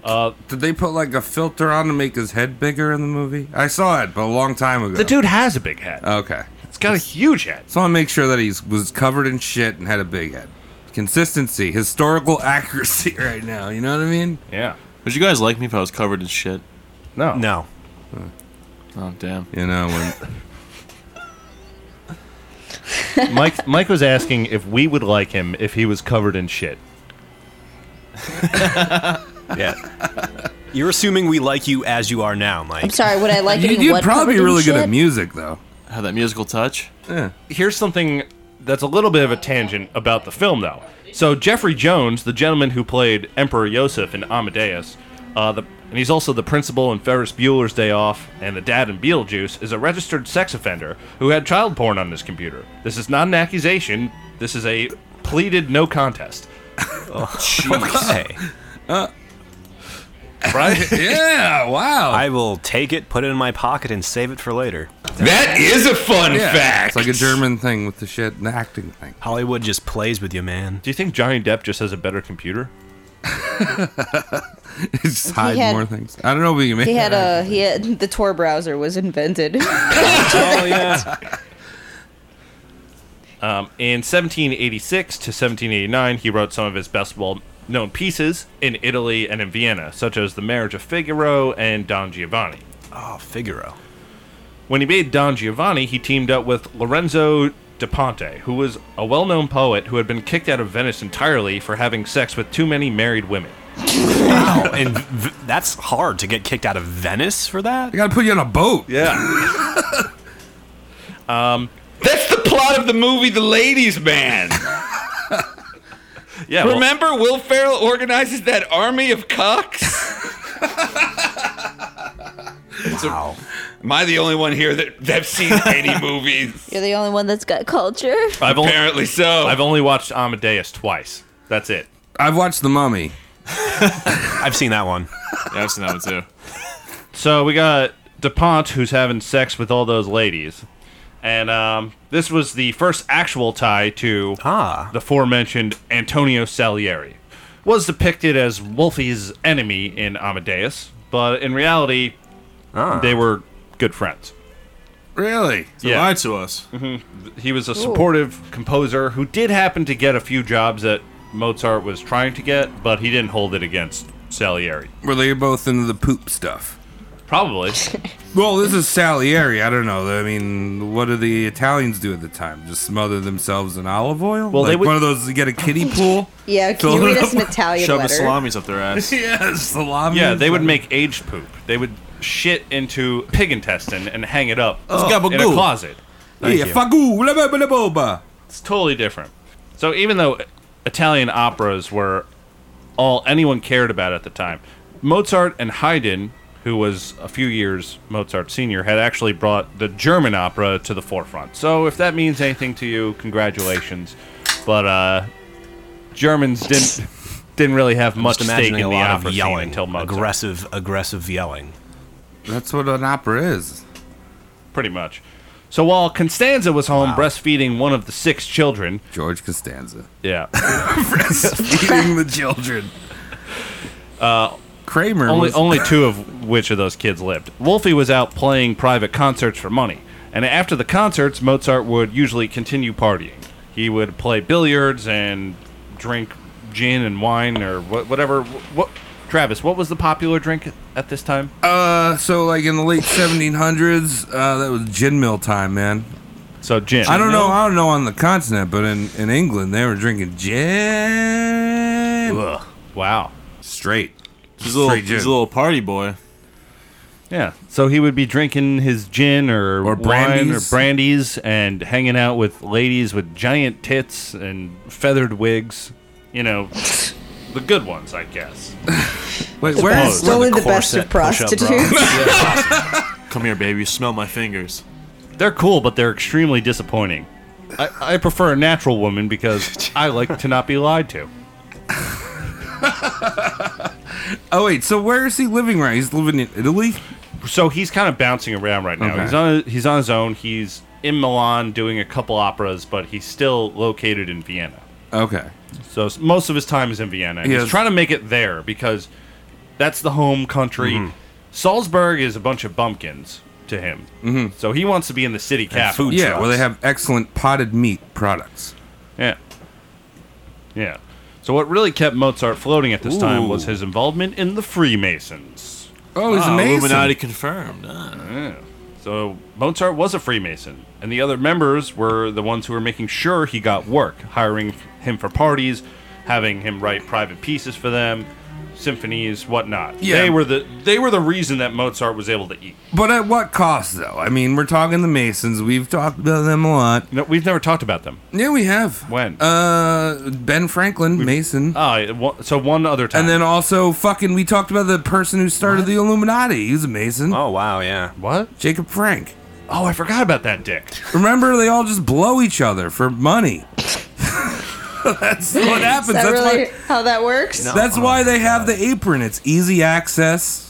Speaker 1: Uh,
Speaker 10: Did they put like a filter on to make his head bigger in the movie? I saw it, but a long time ago.
Speaker 1: The dude has a big head.
Speaker 10: Okay.
Speaker 1: It's got a huge head.
Speaker 10: So I want to make sure that he was covered in shit and had a big head. Consistency, historical accuracy right now. You know what I mean?
Speaker 1: Yeah.
Speaker 12: Would you guys like me if I was covered in shit?
Speaker 1: No.
Speaker 9: No.
Speaker 12: Oh, damn.
Speaker 10: You know, when.
Speaker 1: Mike Mike was asking if we would like him if he was covered in shit.
Speaker 9: Yeah. You're assuming we like you as you are now, Mike.
Speaker 4: I'm sorry, would I like it? in what covered in shit?
Speaker 10: music, though.
Speaker 12: Have that musical touch.
Speaker 10: Yeah.
Speaker 1: Here's something that's a little bit of a tangent about the film, though. So Jeffrey Jones, the gentleman who played Emperor Yosef in Amadeus, uh, the, and he's also the principal in Ferris Bueller's Day Off and the dad in Beetlejuice, is a registered sex offender who had child porn on his computer. This is not an accusation. This is a pleaded no contest.
Speaker 9: Oh, okay.
Speaker 1: Right?
Speaker 10: yeah, wow.
Speaker 9: I will take it, put it in my pocket, and save it for later.
Speaker 11: That is a fun
Speaker 10: Yeah,
Speaker 11: fact.
Speaker 10: It's like a German thing with the shit and the acting thing.
Speaker 9: Hollywood just plays with you, man.
Speaker 1: Do you think Johnny Depp just has a better computer?
Speaker 10: Just hide
Speaker 4: had-
Speaker 10: more things. I don't know what you make.
Speaker 4: He had
Speaker 10: that.
Speaker 4: a he had the Tor browser was invented.
Speaker 9: Oh, yeah.
Speaker 1: Um, in 1786 to 1789, he wrote some of his best well known pieces in Italy and in Vienna, such as The Marriage of Figaro and Don Giovanni.
Speaker 9: Oh, Figaro.
Speaker 1: When he made Don Giovanni, he teamed up with Lorenzo da Ponte, who was a well known poet who had been kicked out of Venice entirely for having sex with too many married women.
Speaker 9: Wow, and v- that's hard to get kicked out of Venice for that.
Speaker 10: I gotta put you on a boat.
Speaker 1: Yeah. um,
Speaker 11: That's the plot of the movie The Ladies Man.
Speaker 1: yeah. well-
Speaker 11: Remember, Will Ferrell organizes that army of cocks? Wow. Am I the only one here that that's seen any movies?
Speaker 4: You're the only one that's got culture.
Speaker 11: Apparently so.
Speaker 1: I've only watched Amadeus twice. That's it.
Speaker 10: I've watched The Mummy.
Speaker 1: I've seen that one.
Speaker 12: Yeah, I've seen that one too.
Speaker 1: So we got DuPont who's having sex with all those ladies. And um, this was the first actual tie to
Speaker 9: Ah.
Speaker 1: the aforementioned Antonio Salieri. Was depicted as Wolfie's enemy in Amadeus, but in reality, they were good friends.
Speaker 10: Really?
Speaker 12: So lied to us.
Speaker 1: Mm-hmm. He was a supportive composer who did happen to get a few jobs that Mozart was trying to get, but he didn't hold it against Salieri.
Speaker 10: Were they both into the poop stuff?
Speaker 1: Probably.
Speaker 10: well, this is Salieri. I don't know. I mean, what do the Italians do at the time? Just smother themselves in olive oil?
Speaker 1: Well,
Speaker 10: Like
Speaker 1: they would-
Speaker 10: one of those. You get a kiddie pool.
Speaker 4: Yeah, can
Speaker 10: Fill
Speaker 4: you
Speaker 10: it
Speaker 4: read us an
Speaker 10: up.
Speaker 4: Italian letter?
Speaker 1: up their ass.
Speaker 10: yeah, salami.
Speaker 1: Yeah, they would
Speaker 10: and-
Speaker 1: make aged poop. They would shit into pig intestine and hang it up
Speaker 10: It's
Speaker 1: in a
Speaker 10: gabagoo.
Speaker 1: closet.
Speaker 10: Yeah, fagoo, blah, blah, blah, blah, blah.
Speaker 1: It's totally different. So even though Italian operas were all anyone cared about at the time, Mozart and Haydn, who was a few years Mozart senior, had actually brought the German opera to the forefront. So if that means anything to you, congratulations. But uh, Germans didn't didn't really have
Speaker 9: I'm
Speaker 1: much
Speaker 9: just
Speaker 1: stake in
Speaker 9: imagining
Speaker 1: the
Speaker 9: a lot of
Speaker 1: opera
Speaker 9: yelling,
Speaker 1: scene until Mozart.
Speaker 9: aggressive, aggressive yelling.
Speaker 10: That's what an opera is.
Speaker 1: Pretty much. So while Constanza was home breastfeeding one of the six children,
Speaker 10: George Costanza.
Speaker 1: Yeah.
Speaker 10: Breastfeeding the children.
Speaker 1: Uh,
Speaker 10: Kramer.
Speaker 1: Only,
Speaker 10: was-
Speaker 1: only two of which of those kids lived. Wolfie was out playing private concerts for money, and after the concerts, Mozart would usually continue partying. He would play billiards and drink gin and wine or wha- whatever. What Travis? What was the popular drink at this time?
Speaker 10: Uh, so like in the late 1700s, uh, that was gin mill time, man.
Speaker 1: So gin.
Speaker 10: I don't know. I don't know on the continent, but in, in England, they were drinking gin.
Speaker 1: Wow.
Speaker 10: Straight.
Speaker 12: He's a little,
Speaker 10: Straight
Speaker 12: he's
Speaker 10: gin.
Speaker 12: a little party boy.
Speaker 1: Yeah. So he would be drinking his gin or or
Speaker 12: brandies.
Speaker 1: or brandies and hanging out with ladies with giant tits and feathered wigs. You know, the good ones, I guess.
Speaker 10: Wait,
Speaker 1: where
Speaker 12: Oh,
Speaker 1: is-
Speaker 12: it's on
Speaker 1: Only the best of
Speaker 12: corset push-up bra.
Speaker 1: prostitutes.
Speaker 12: Come here, baby. Smell my fingers.
Speaker 1: They're cool, but they're extremely disappointing. I, I prefer a natural woman because I like to not be lied to.
Speaker 10: Oh wait, so where is he living right? He's living in Italy.
Speaker 1: So he's kind of bouncing around right now.
Speaker 10: Okay.
Speaker 1: He's on he's on his own. He's in Milan doing a couple operas, but he's still located in Vienna.
Speaker 10: Okay.
Speaker 1: So s- most of his time is in Vienna.
Speaker 10: He
Speaker 1: He's
Speaker 10: has-
Speaker 1: trying to make it there because that's the home country.
Speaker 10: Mm-hmm.
Speaker 1: Salzburg is a bunch of bumpkins to him. Mm-hmm. So he wants to be in the city capital.
Speaker 10: yeah, where they have excellent potted meat products.
Speaker 1: Yeah. Yeah. So what really kept Mozart floating at this time was his involvement in the Freemasons.
Speaker 10: Oh, he's
Speaker 12: Ah,
Speaker 10: a Mason.
Speaker 12: Illuminati confirmed. Ah.
Speaker 1: Yeah. So Mozart was a Freemason, and the other members were the ones who were making sure he got work, hiring him for parties, having him write private pieces for them, symphonies, whatnot.
Speaker 10: Yeah.
Speaker 1: They were the they were the reason that Mozart was able to eat.
Speaker 10: But at what cost, though? I mean, we're talking the Masons. We've talked about them a lot.
Speaker 1: No, we've never talked about them.
Speaker 10: Yeah, we have.
Speaker 1: When?
Speaker 10: Uh, Ben Franklin, Mason.
Speaker 12: Ah.
Speaker 1: Oh, so one other time.
Speaker 10: And then also, fucking, we talked about the person who started the Illuminati. He was a Mason.
Speaker 12: Uh,
Speaker 9: Oh wow, yeah.
Speaker 1: What?
Speaker 10: Jacob Frank.
Speaker 1: Oh, I forgot about that dick.
Speaker 10: Remember, they all just blow each other for money. That's what happens.
Speaker 4: Is that
Speaker 10: That's
Speaker 4: really
Speaker 10: why.
Speaker 4: how that works?
Speaker 10: That's why they have the
Speaker 11: Oh,
Speaker 10: apron. It's easy access.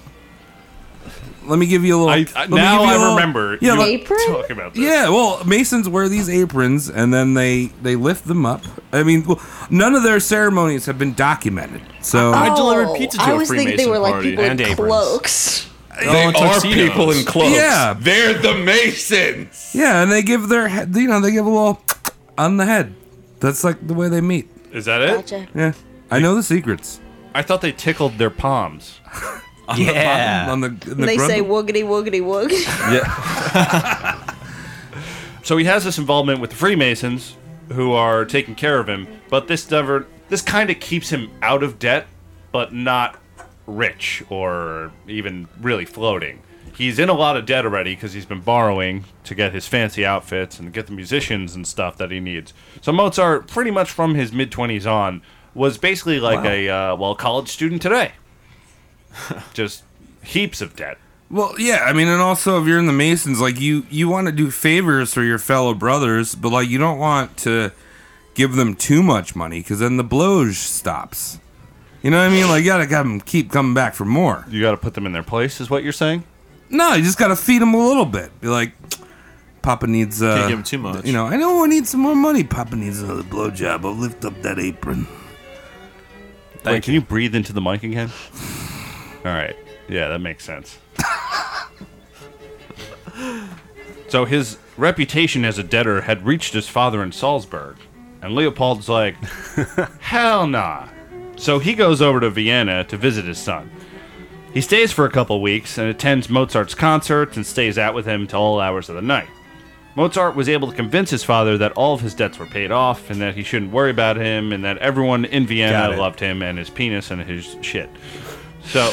Speaker 10: Let me give you a little.
Speaker 1: I,
Speaker 10: let me
Speaker 1: now
Speaker 10: give you a
Speaker 1: I
Speaker 10: little-
Speaker 1: remember.
Speaker 10: Yeah,
Speaker 1: you
Speaker 10: let-
Speaker 1: Talk about this.
Speaker 10: Yeah, well, Masons wear these aprons and then they they lift them up. I mean, well, none of their ceremonies have been documented. So
Speaker 11: Ah,
Speaker 4: I delivered pizza to Oh, I a always think they Freemason were, like, party. people in And aprons. cloaks.
Speaker 11: They
Speaker 10: Oh,
Speaker 11: are
Speaker 10: tuxedos.
Speaker 11: people in clothes.
Speaker 10: Yeah.
Speaker 11: They're the Masons.
Speaker 10: Yeah, and they give their head, you know, they give a little on the head. That's like the way they meet.
Speaker 1: Is that it?
Speaker 10: Yeah. I know the secrets.
Speaker 1: I thought they tickled their palms.
Speaker 10: On the Yeah. bottom, on the-
Speaker 4: And they say woogity woogity woog.
Speaker 1: Yeah. so he has this involvement with the Freemasons, who are taking care of him. But this never, this kind of keeps him out of debt, but not rich or even really floating. He's in a lot of debt already because he's been borrowing to get his fancy outfits and get the musicians and stuff that he needs. So Mozart, pretty much from his mid twenties on, was basically like
Speaker 12: Wow.
Speaker 1: a uh, well college student today. Just heaps of debt.
Speaker 10: Well, yeah, I mean, and also if you're in the Masons, like you you want to do favors for your fellow brothers, but like you don't want to give them too much money because then the bloge stops. You know what I mean? Like you gotta have them keep coming back for more.
Speaker 1: You gotta put them in their place, is what you're saying?
Speaker 10: No, you just gotta feed them a little bit. Be like, Papa needs. Uh,
Speaker 12: Can't give 'em too much.
Speaker 10: You know, I know I need some more money. Papa needs another blowjob. I'll lift up that apron.
Speaker 1: Wait, can you breathe into the mic again? All right. Yeah, that makes sense. so his reputation as a debtor had reached his father in Salzburg, and Leopold's like, hell nah. So he goes over to Vienna to visit his son. He stays for a couple weeks and attends Mozart's concerts and stays out with him till all hours of the night. Mozart was able to convince his father that all of his debts were paid off and that he shouldn't worry about him and that everyone in
Speaker 9: Got
Speaker 1: Vienna
Speaker 9: it.
Speaker 1: loved him and his penis and his shit. So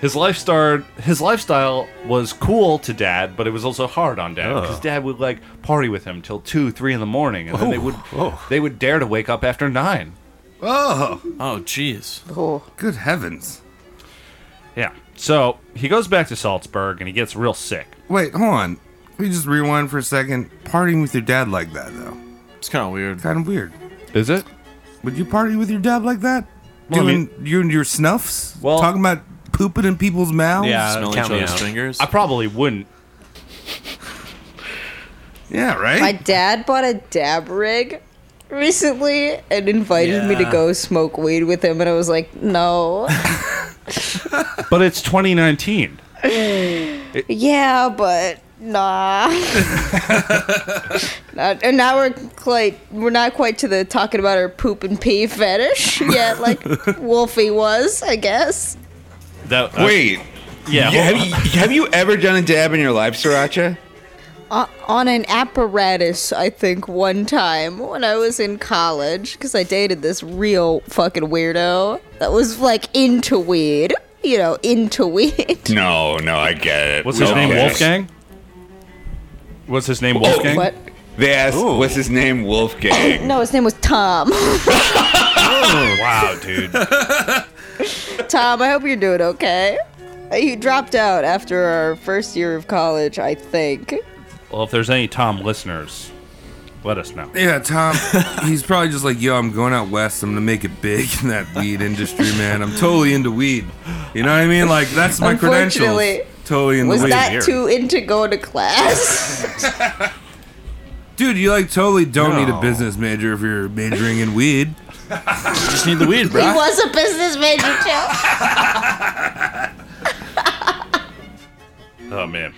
Speaker 1: his life started, his lifestyle was cool to dad, but it was also hard on dad
Speaker 9: Oh.
Speaker 1: because dad would like party with him till 2, 3 in the morning and then they
Speaker 9: Oh,
Speaker 1: would they would dare to wake up after 9.
Speaker 10: Oh.
Speaker 12: Oh, jeez.
Speaker 4: Oh.
Speaker 10: Good heavens.
Speaker 1: Yeah. So he goes back to Salzburg and he gets real sick.
Speaker 10: Wait, hold on. Let me just rewind for a second. Partying with your dad like that, though. It's kind of weird. Kind of weird.
Speaker 1: Is it?
Speaker 10: Would you party with your dad like that?
Speaker 1: Well, I
Speaker 10: Doing you and your snuffs?
Speaker 1: Well-
Speaker 10: talking about pooping in people's mouths?
Speaker 1: I probably wouldn't.
Speaker 10: Yeah, right?
Speaker 4: My dad bought a dab rig recently and invited me to
Speaker 1: Yeah.
Speaker 4: go smoke weed with him, and I was like, no.
Speaker 1: But it's 2019.
Speaker 4: yeah, but nah. Not- and now we're quite we're not quite to the talking about our poop and pee fetish yet, like Wolfie was, I guess.
Speaker 1: That,
Speaker 11: Wait.
Speaker 1: uh, Yeah.
Speaker 11: have, you, have you ever done a dab in your life, Sriracha?
Speaker 4: O- on an apparatus, I think, one time when I was in college, because I dated this real fucking weirdo that was like into weed. You know, into weed.
Speaker 11: No, no, I get it.
Speaker 1: What's his
Speaker 11: No,
Speaker 1: name?
Speaker 11: yes.
Speaker 1: Wolfgang? What's his name? Wolfgang?
Speaker 4: What?
Speaker 11: They asked, what's his name? Wolfgang.
Speaker 4: No, his name was Tom.
Speaker 1: Oh, wow, dude.
Speaker 4: Tom, I hope you're doing okay. He dropped out after our first year of college, I think.
Speaker 1: Well, if there's any Tom listeners, let us know.
Speaker 10: Yeah, Tom. he's probably just like, yo, I'm going out west. I'm gonna make it big in that weed industry, man. I'm totally into weed. You know what I mean? Like that's my
Speaker 4: Unfortunately,
Speaker 10: credentials. Totally into
Speaker 4: was
Speaker 10: weed.
Speaker 4: that too into going to class?
Speaker 10: Dude, you like totally don't need a business major if you're majoring in weed. you just need the weed,
Speaker 4: he was a business major too.
Speaker 1: Oh man.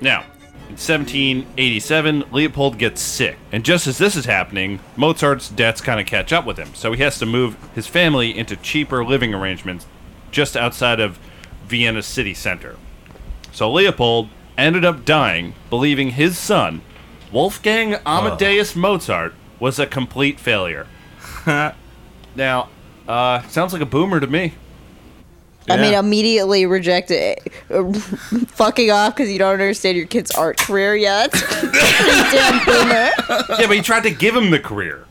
Speaker 1: Now, in 1787, Leopold gets sick, and just as this is happening, Mozart's debts kind of catch up with him, so he has to move his family into cheaper living arrangements just outside of Vienna's city center. So Leopold ended up dying, believing his son, Wolfgang Amadeus Mozart, was a complete failure. now, uh, sounds like a boomer to me.
Speaker 4: I mean,
Speaker 1: Yeah.
Speaker 4: immediately reject it. Fucking off because you don't understand your kid's art career yet. Pretty damn boomer.
Speaker 1: yeah, but he tried to give him the career.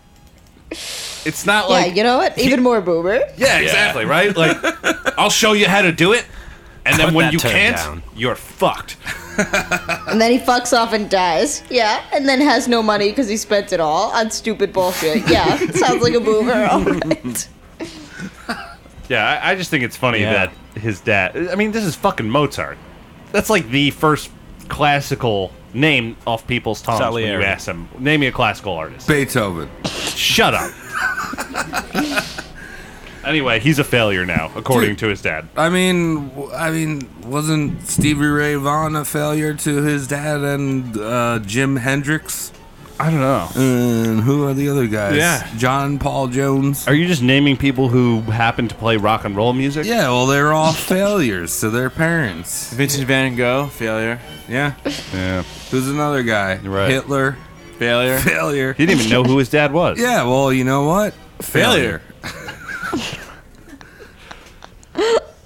Speaker 1: It's not
Speaker 4: yeah,
Speaker 1: like
Speaker 4: you know what? Even more boomer.
Speaker 1: Yeah, exactly, right? Like, I'll show you how to do it, and then
Speaker 9: Cut
Speaker 1: when
Speaker 9: that
Speaker 1: you
Speaker 9: turd
Speaker 1: can't,
Speaker 9: down.
Speaker 1: you're fucked.
Speaker 4: And then he fucks off and dies. Yeah. And then has no money because he spent it all on stupid bullshit. Yeah. sounds like a boomer. All right.
Speaker 1: Yeah, I, I just think it's funny
Speaker 9: Yeah.
Speaker 1: that his dad. I mean, this is fucking Mozart. That's like the first classical name off people's tongues when
Speaker 10: Salieri.
Speaker 1: you ask them, name me a classical artist.
Speaker 10: Beethoven.
Speaker 1: Shut up. anyway, he's a failure now, according to his dad.
Speaker 10: I mean, w- I mean, wasn't Stevie Ray Vaughan a failure to his dad and uh, Jim Hendrix?
Speaker 1: I don't know.
Speaker 10: And who are the other guys?
Speaker 1: Yeah.
Speaker 10: John Paul Jones.
Speaker 1: Are you just naming people who happen to play rock and roll music?
Speaker 10: Yeah, well, they're all failures to their parents.
Speaker 12: Vincent Van Gogh, failure.
Speaker 10: Yeah.
Speaker 1: Yeah.
Speaker 10: Who's another guy?
Speaker 1: Right.
Speaker 10: Hitler.
Speaker 12: Failure.
Speaker 10: Failure.
Speaker 1: He didn't even know who his dad was.
Speaker 10: Yeah, well, you know what?
Speaker 1: Failure.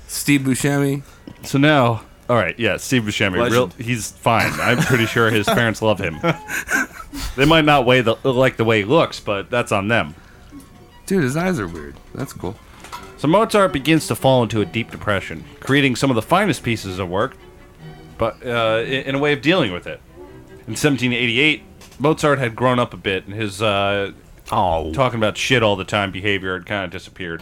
Speaker 10: Steve Buscemi.
Speaker 1: So now, all right, yeah, Steve Buscemi,
Speaker 10: Legend.
Speaker 1: real, he's fine. I'm pretty sure his parents love him. They might not weigh the, like the way he looks, but that's on them.
Speaker 10: Dude, his eyes are weird. That's cool.
Speaker 1: So Mozart begins to fall into a deep depression, creating some of the finest pieces of work, but uh, i- in a way of dealing with it. In 1788, Mozart had grown up a bit, and his uh,
Speaker 9: Oh,
Speaker 1: talking about shit all the time behavior had kind of disappeared.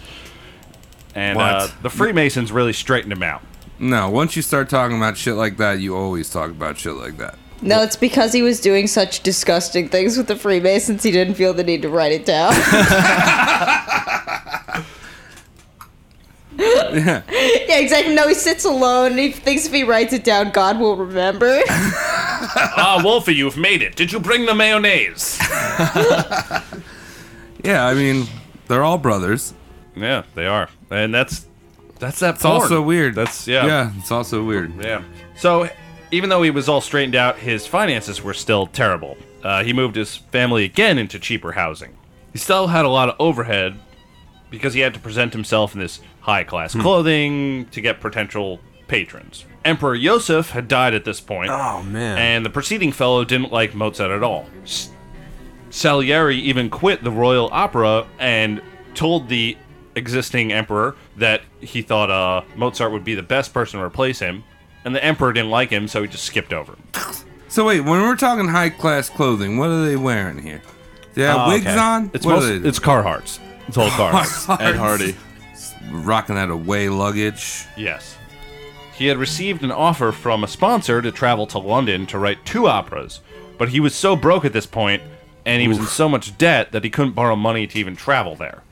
Speaker 1: And Uh,
Speaker 10: What?
Speaker 1: the Freemasons really straightened him out.
Speaker 10: No, once you start talking about shit like that, you always talk about shit like that.
Speaker 4: No, it's because he was doing such disgusting things with the Freemasons, he didn't feel the need to write it down.
Speaker 10: yeah.
Speaker 4: yeah, exactly. No, he sits alone and he thinks if he writes it down, God will remember.
Speaker 1: ah, Wolfie, you've made it. Did you bring the mayonnaise?
Speaker 10: Yeah, I mean, they're all brothers.
Speaker 1: Yeah, they are, and that's that's that.
Speaker 10: It's
Speaker 1: porn.
Speaker 10: also weird.
Speaker 1: That's yeah.
Speaker 10: Yeah, it's also weird.
Speaker 1: Yeah. So, even though he was all straightened out, his finances were still terrible. Uh, he moved his family again into cheaper housing. He still had a lot of overhead because he had to present himself in this high class clothing to get potential patrons. Emperor Joseph had died at this point. Oh, man. And the preceding fellow didn't like Mozart at all. S- Salieri even quit the Royal Opera and told the existing emperor that he thought uh, Mozart would be the best person to replace him, and the emperor didn't like him, so he just skipped over. him.
Speaker 10: So wait, when we're talking high class clothing, what are they wearing here? They have
Speaker 1: Oh,
Speaker 10: wigs
Speaker 1: okay.
Speaker 10: on.
Speaker 1: It's
Speaker 10: what
Speaker 1: most- it's Carhartts. It's all Carhartts. Ed Hardy.
Speaker 10: Rocking that away luggage.
Speaker 1: Yes. He had received an offer from a sponsor to travel to London to write two operas, but he was so broke at this point, and he was in so much debt that he couldn't borrow money to even travel there.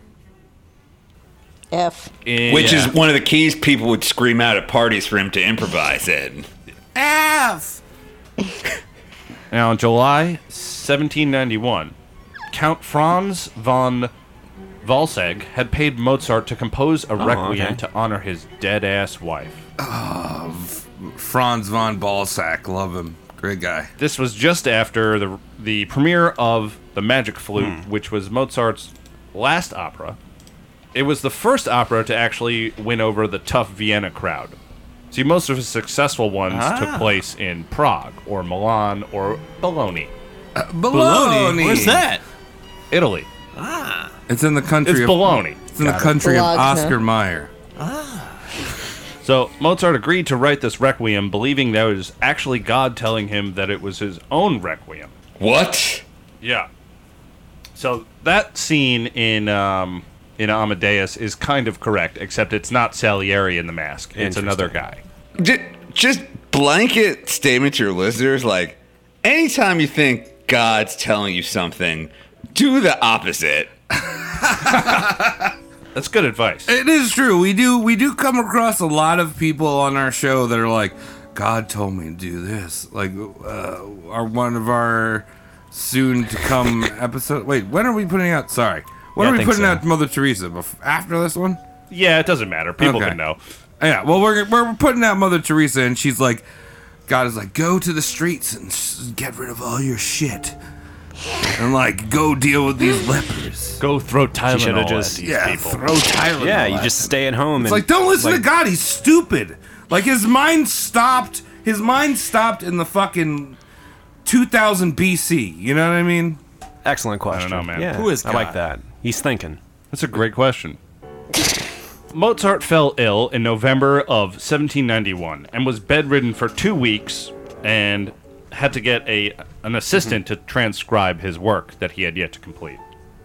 Speaker 4: F.
Speaker 11: Which
Speaker 1: Yeah.
Speaker 11: is one of the keys people would scream out at parties for him to improvise in.
Speaker 10: F.
Speaker 1: Now, in July 1791, Count Franz von Walsegg had paid Mozart to compose a
Speaker 10: Oh,
Speaker 1: requiem
Speaker 10: okay.
Speaker 1: to honor his dead ass wife.
Speaker 10: Oh, Franz von Balsack, love him. Great guy.
Speaker 1: This was just after the the premiere of The Magic
Speaker 10: Hmm.
Speaker 1: Flute, which was Mozart's last opera. It was the first opera to actually win over the tough Vienna crowd. See, most of his successful ones
Speaker 10: Ah.
Speaker 1: took place in Prague or Milan or Bologna.
Speaker 10: Bologna? Bologna. Where's that?
Speaker 1: Italy.
Speaker 10: It's in the country.
Speaker 1: It's
Speaker 10: of,
Speaker 1: baloney.
Speaker 10: It's in
Speaker 1: Got
Speaker 10: the
Speaker 1: it.
Speaker 10: country of
Speaker 1: Bologna.
Speaker 10: Oscar Mayer.
Speaker 1: So Mozart agreed to write this requiem, believing that it was actually God telling him that it was his own requiem.
Speaker 11: What?
Speaker 1: Yeah. So that scene in um, in Amadeus is kind of correct, except it's not Salieri in the mask. It's another guy.
Speaker 11: Just, just blanket statement to your listeners like, anytime you think God's telling you something, do the opposite.
Speaker 1: That's good advice.
Speaker 10: It is true. We do we do come across a lot of people on our show that are like, God told me to do this. Like, uh, our one of our soon to come episode. Wait, when are we putting out? Sorry, when
Speaker 1: Yeah, I
Speaker 10: are we
Speaker 1: think
Speaker 10: putting
Speaker 1: so.
Speaker 10: out Mother Teresa? Bef- After this one?
Speaker 1: Yeah, it doesn't matter. People
Speaker 10: Okay.
Speaker 1: can know.
Speaker 10: Yeah. Well, we're we're putting out Mother Teresa, and she's like, God is like, go to the streets and s- get rid of all your shit, and like, go deal with these lepers.
Speaker 1: Go throw
Speaker 9: She should have just
Speaker 10: yeah, throw Tylenol.
Speaker 9: Yeah, you
Speaker 10: at
Speaker 9: just
Speaker 10: them.
Speaker 9: stay at home.
Speaker 10: It's
Speaker 9: and
Speaker 10: like don't listen
Speaker 9: like,
Speaker 10: to God. He's stupid. Like his mind stopped. His mind stopped in the fucking 2000 BC. You know what I mean?
Speaker 9: Excellent question.
Speaker 1: know, man.
Speaker 9: Yeah,
Speaker 1: Who is
Speaker 9: I
Speaker 1: God?
Speaker 9: like that. He's thinking.
Speaker 1: That's a great question. Mozart fell ill in November of 1791 and was bedridden for two weeks and had to get a an assistant to transcribe his work that he had yet to complete.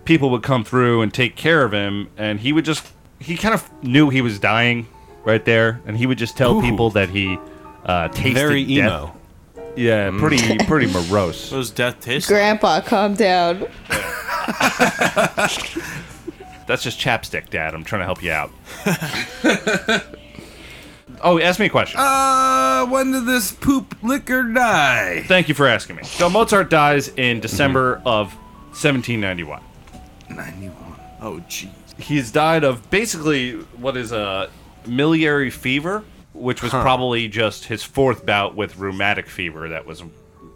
Speaker 1: People would come through and take care of him, and he would just he kind of knew he was dying right there, and he would just tell
Speaker 9: Ooh.
Speaker 1: people that he uh, tasted
Speaker 9: Very
Speaker 1: death.
Speaker 9: emo.
Speaker 1: Yeah, pretty pretty morose.
Speaker 12: Those death tastes.
Speaker 4: Grandpa, calm down.
Speaker 1: That's just chapstick, Dad. I'm trying to help you out. oh, ask me a question.
Speaker 10: Uh, when did this poop liquor die?
Speaker 1: Thank you for asking me. So Mozart dies in December of 1791.
Speaker 10: 91.
Speaker 1: Oh, jeez. He's died of basically what is a miliary fever, which was probably just his fourth bout with rheumatic fever that was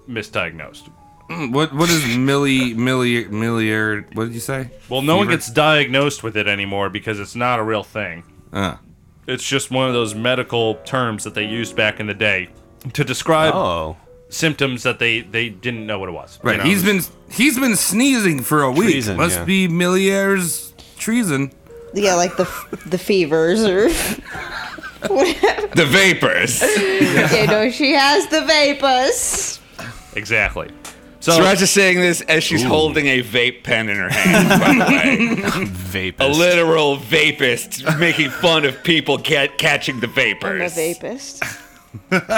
Speaker 1: misdiagnosed.
Speaker 10: Mm, What what is milli milli milliard? What did you say?
Speaker 1: Well, no one
Speaker 10: Fever?
Speaker 1: gets diagnosed with it anymore because it's not a real thing.
Speaker 10: Uh,
Speaker 1: It's just one of those medical terms that they used back in the day to describe
Speaker 9: Oh.
Speaker 1: symptoms that they, they didn't know what it was. you
Speaker 10: right.
Speaker 1: know?
Speaker 10: He's been he's been sneezing for a week.
Speaker 1: Treason,
Speaker 10: Must
Speaker 1: yeah.
Speaker 10: be Milliard's treason.
Speaker 4: yeah, like the f- the fevers or whatever.
Speaker 11: The vapors.
Speaker 4: you know, she has the vapors.
Speaker 1: Exactly.
Speaker 11: So Sriracha's saying this as she's
Speaker 1: Ooh.
Speaker 11: holding a vape pen in her hand.
Speaker 1: Vape.
Speaker 11: a literal vapist making fun of people ca- catching the
Speaker 4: I'm
Speaker 11: vapors.
Speaker 4: a vapist.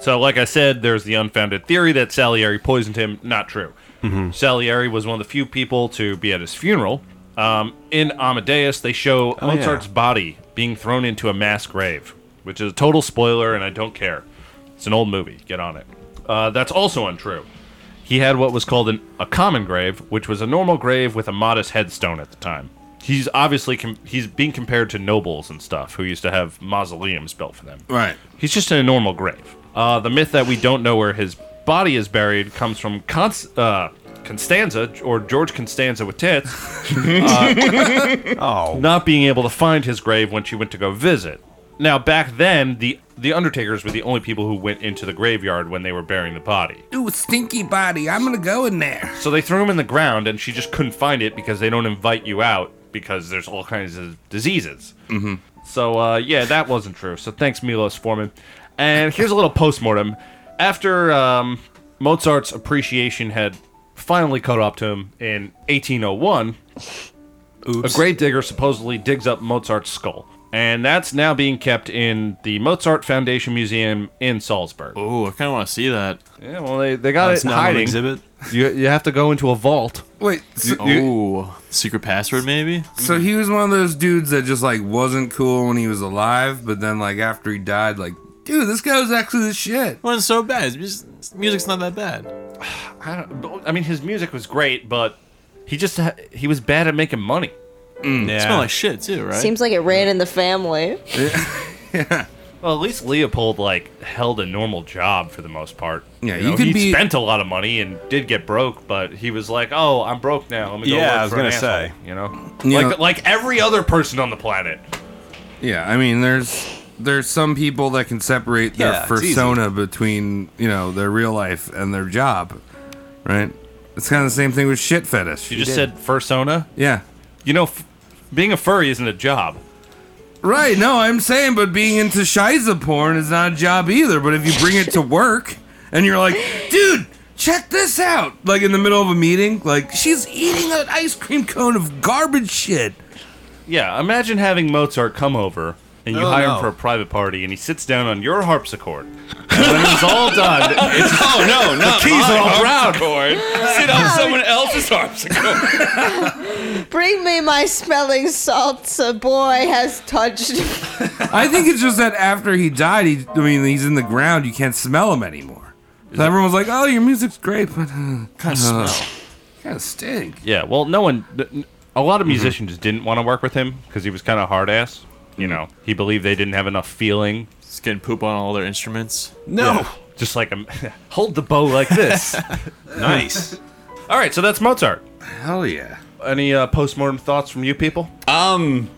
Speaker 1: So, like I said, there's the unfounded theory that Salieri poisoned him. Not true.
Speaker 12: Mm-hmm.
Speaker 1: Salieri was one of the few people to be at his funeral. Um, in Amadeus, they show
Speaker 12: Oh,
Speaker 1: Mozart's
Speaker 12: yeah.
Speaker 1: body being thrown into a mass grave, which is a total spoiler, and I don't care. It's an old movie. Get on it. Uh, that's also untrue. He had what was called an, a common grave, which was a normal grave with a modest headstone at the time. He's obviously com- he's being compared to nobles and stuff who used to have mausoleums built for them.
Speaker 10: Right.
Speaker 1: He's just in a normal grave. Uh, the myth that we don't know where his body is buried comes from Const- uh, Constanza or George Constanza with tits. uh, Not being able to find his grave when she went to go visit. Now, back then, the the undertakers were the only people who went into the graveyard when they were burying the body.
Speaker 10: Ooh, stinky body. I'm gonna go in there.
Speaker 1: So they threw him in the ground, and she just couldn't find it because they don't invite you out because there's all kinds of diseases.
Speaker 10: Mm-hmm.
Speaker 1: So uh, yeah, that wasn't true. So thanks, Milos Forman. And here's a little postmortem. After um, Mozart's appreciation had finally caught up to him in 1801, a grave digger supposedly digs up Mozart's skull, and that's now being kept in the Mozart Foundation Museum in Salzburg.
Speaker 12: Ooh, I kind of want to see that.
Speaker 1: Yeah, well, they, they got it in hiding. You, you have to go into a vault.
Speaker 10: Wait, so-
Speaker 12: oh, secret password maybe?
Speaker 10: So
Speaker 1: Mm-hmm.
Speaker 10: he was one of those dudes that just like wasn't cool when he was alive, but then like after he died, like, dude, this guy was actually the shit.
Speaker 12: Wasn't so bad. It's just- music's not that bad.
Speaker 1: I, don't, I mean, his music was great, but he just ha- he was bad at making money.
Speaker 12: It smelled like shit too, right?
Speaker 4: Seems like it ran in the family.
Speaker 1: Well, at least Leopold like held a normal job for the most part.
Speaker 10: Yeah,
Speaker 1: you,
Speaker 10: you
Speaker 1: know,
Speaker 10: could
Speaker 1: he
Speaker 10: be-
Speaker 1: spent a lot of money and did get broke, but he was like, "Oh, I'm broke now. Let me go
Speaker 10: Yeah,
Speaker 1: work
Speaker 10: I was
Speaker 1: for an
Speaker 10: gonna say.
Speaker 1: asshole," you know,
Speaker 10: You
Speaker 1: like
Speaker 10: know-
Speaker 1: like every other person on the planet.
Speaker 10: Yeah, I mean, there's there's some people that can separate their
Speaker 1: Yeah, it's
Speaker 10: persona between you know their real life and their job, right? It's kind of the same thing with shit fetish.
Speaker 1: You just said fursona.
Speaker 10: yeah,
Speaker 1: You know, f- being a furry isn't a job.
Speaker 10: right. No, I'm saying, but being into shiza porn is not a job either. But if you bring it to work and you're like, dude. Check this out! Like in the middle of a meeting, like she's eating an ice cream cone of garbage shit.
Speaker 1: Yeah, imagine having Mozart come over and you
Speaker 10: Oh,
Speaker 1: hire
Speaker 10: no.
Speaker 1: him for a private party, and he sits down on your harpsichord. And when it's all done, it's,
Speaker 11: Oh no,
Speaker 1: the
Speaker 11: not
Speaker 1: keys
Speaker 11: my
Speaker 1: are all brown.
Speaker 11: harpsichord. Sit on someone else's harpsichord.
Speaker 4: Bring me my smelling salts. A boy has touched.
Speaker 10: I think it's just that after he died, he, I mean, he's in the ground. You can't smell him anymore. So everyone was like, "Oh, your music's great, but uh, kind
Speaker 1: smell.
Speaker 10: kind of stink."
Speaker 1: Yeah, well, no one, th- n- a lot of musicians didn't want to work with him because he was kind of hard ass. You know, he believed they didn't have enough feeling.
Speaker 12: Just getting poop on all their instruments.
Speaker 1: No. Just like a, hold the bow like this.
Speaker 12: Nice.
Speaker 1: All right, so that's Mozart.
Speaker 10: Hell yeah.
Speaker 1: Any uh, postmortem thoughts from you people?
Speaker 11: Um,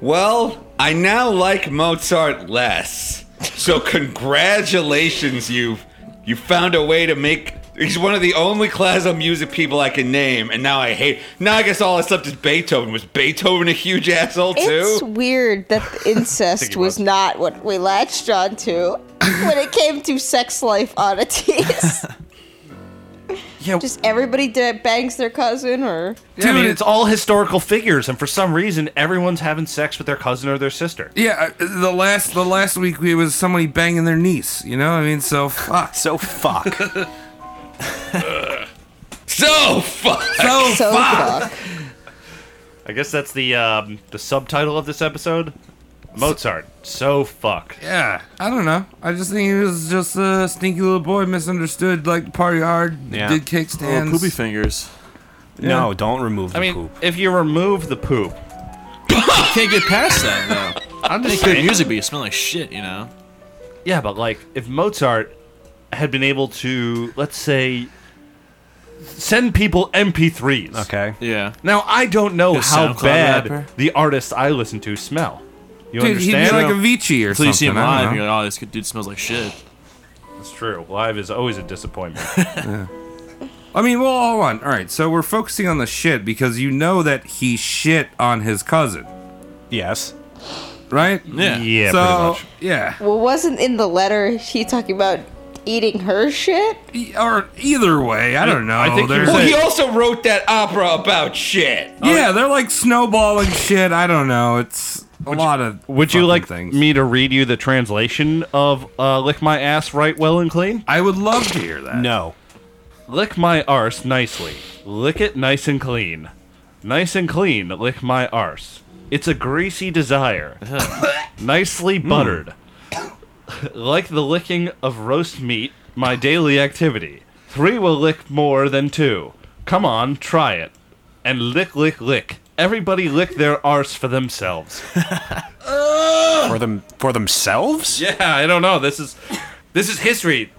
Speaker 11: well, I now like Mozart less. So congratulations, you've you found a way to make. He's one of the only classical music people I can name, and now I hate. Now I guess all that's left is Beethoven. Was Beethoven a huge asshole too?
Speaker 4: It's weird that the incest was not what we latched onto when it came to sex life oddities.
Speaker 1: Yeah.
Speaker 4: Just everybody da- bangs their cousin or.
Speaker 1: I mean, it's all historical figures, and for some reason, everyone's having sex with their cousin or their sister.
Speaker 10: Yeah, uh, the last the last week we was somebody banging their niece. You know, I mean, so fuck,
Speaker 9: so fuck,
Speaker 11: so fuck,
Speaker 10: so, fuck.
Speaker 1: I guess that's the um, the subtitle of this episode. Mozart, so fuck.
Speaker 10: Yeah, I don't know. I just think he was just a stinky little boy, misunderstood, like to party hard, did kickstands.
Speaker 12: Oh, poopy fingers.
Speaker 9: No, don't remove the
Speaker 1: I mean,
Speaker 9: poop.
Speaker 1: if you remove the poop,
Speaker 12: You can't get past that though.
Speaker 1: I'm
Speaker 12: Make
Speaker 1: just
Speaker 12: good
Speaker 1: saying-
Speaker 12: music, but you smell like shit. You know.
Speaker 1: Yeah, but like if Mozart had been able to, let's say, send people MP3s.
Speaker 9: Okay.
Speaker 12: Yeah.
Speaker 1: Now I don't know
Speaker 12: A
Speaker 1: how
Speaker 12: SoundCloud
Speaker 1: bad
Speaker 12: rapper?
Speaker 1: the artists I listen to smell. You
Speaker 10: Dude, he'd be
Speaker 1: understand?
Speaker 10: like Avicii or
Speaker 12: Until you see him
Speaker 10: something, I don't
Speaker 12: live,
Speaker 10: know.
Speaker 12: and you're like, oh, this good dude smells like shit.
Speaker 1: That's true. Live is always a disappointment.
Speaker 10: I mean, well, hold on. All right, so we're focusing on the shit because you know that he shit on his cousin.
Speaker 9: Yes.
Speaker 10: Right?
Speaker 9: Yeah.
Speaker 1: Yeah,
Speaker 10: So,
Speaker 1: pretty much.
Speaker 10: yeah.
Speaker 4: Well, wasn't in the letter he talking about eating her shit?
Speaker 10: E, Or either way, I don't know.
Speaker 11: I think
Speaker 10: There's
Speaker 11: well,
Speaker 10: a-
Speaker 11: he also wrote that opera about shit.
Speaker 10: yeah, they're like snowballing shit. I don't know. It's a lot of.
Speaker 1: Would you like me to read you the translation of uh, "Lick My Ass Right Well and Clean"?
Speaker 10: I would love to hear that.
Speaker 9: No.
Speaker 1: Lick my arse nicely. Lick it nice and clean. Nice and clean. Lick my arse. It's a greasy desire. Nicely buttered. like the licking of roast meat, my daily activity. Three will lick more than two. Come on, try it. And lick, lick, lick. Everybody lick their arse for themselves.
Speaker 9: for them for themselves?
Speaker 1: Yeah, I don't know. This is this is history.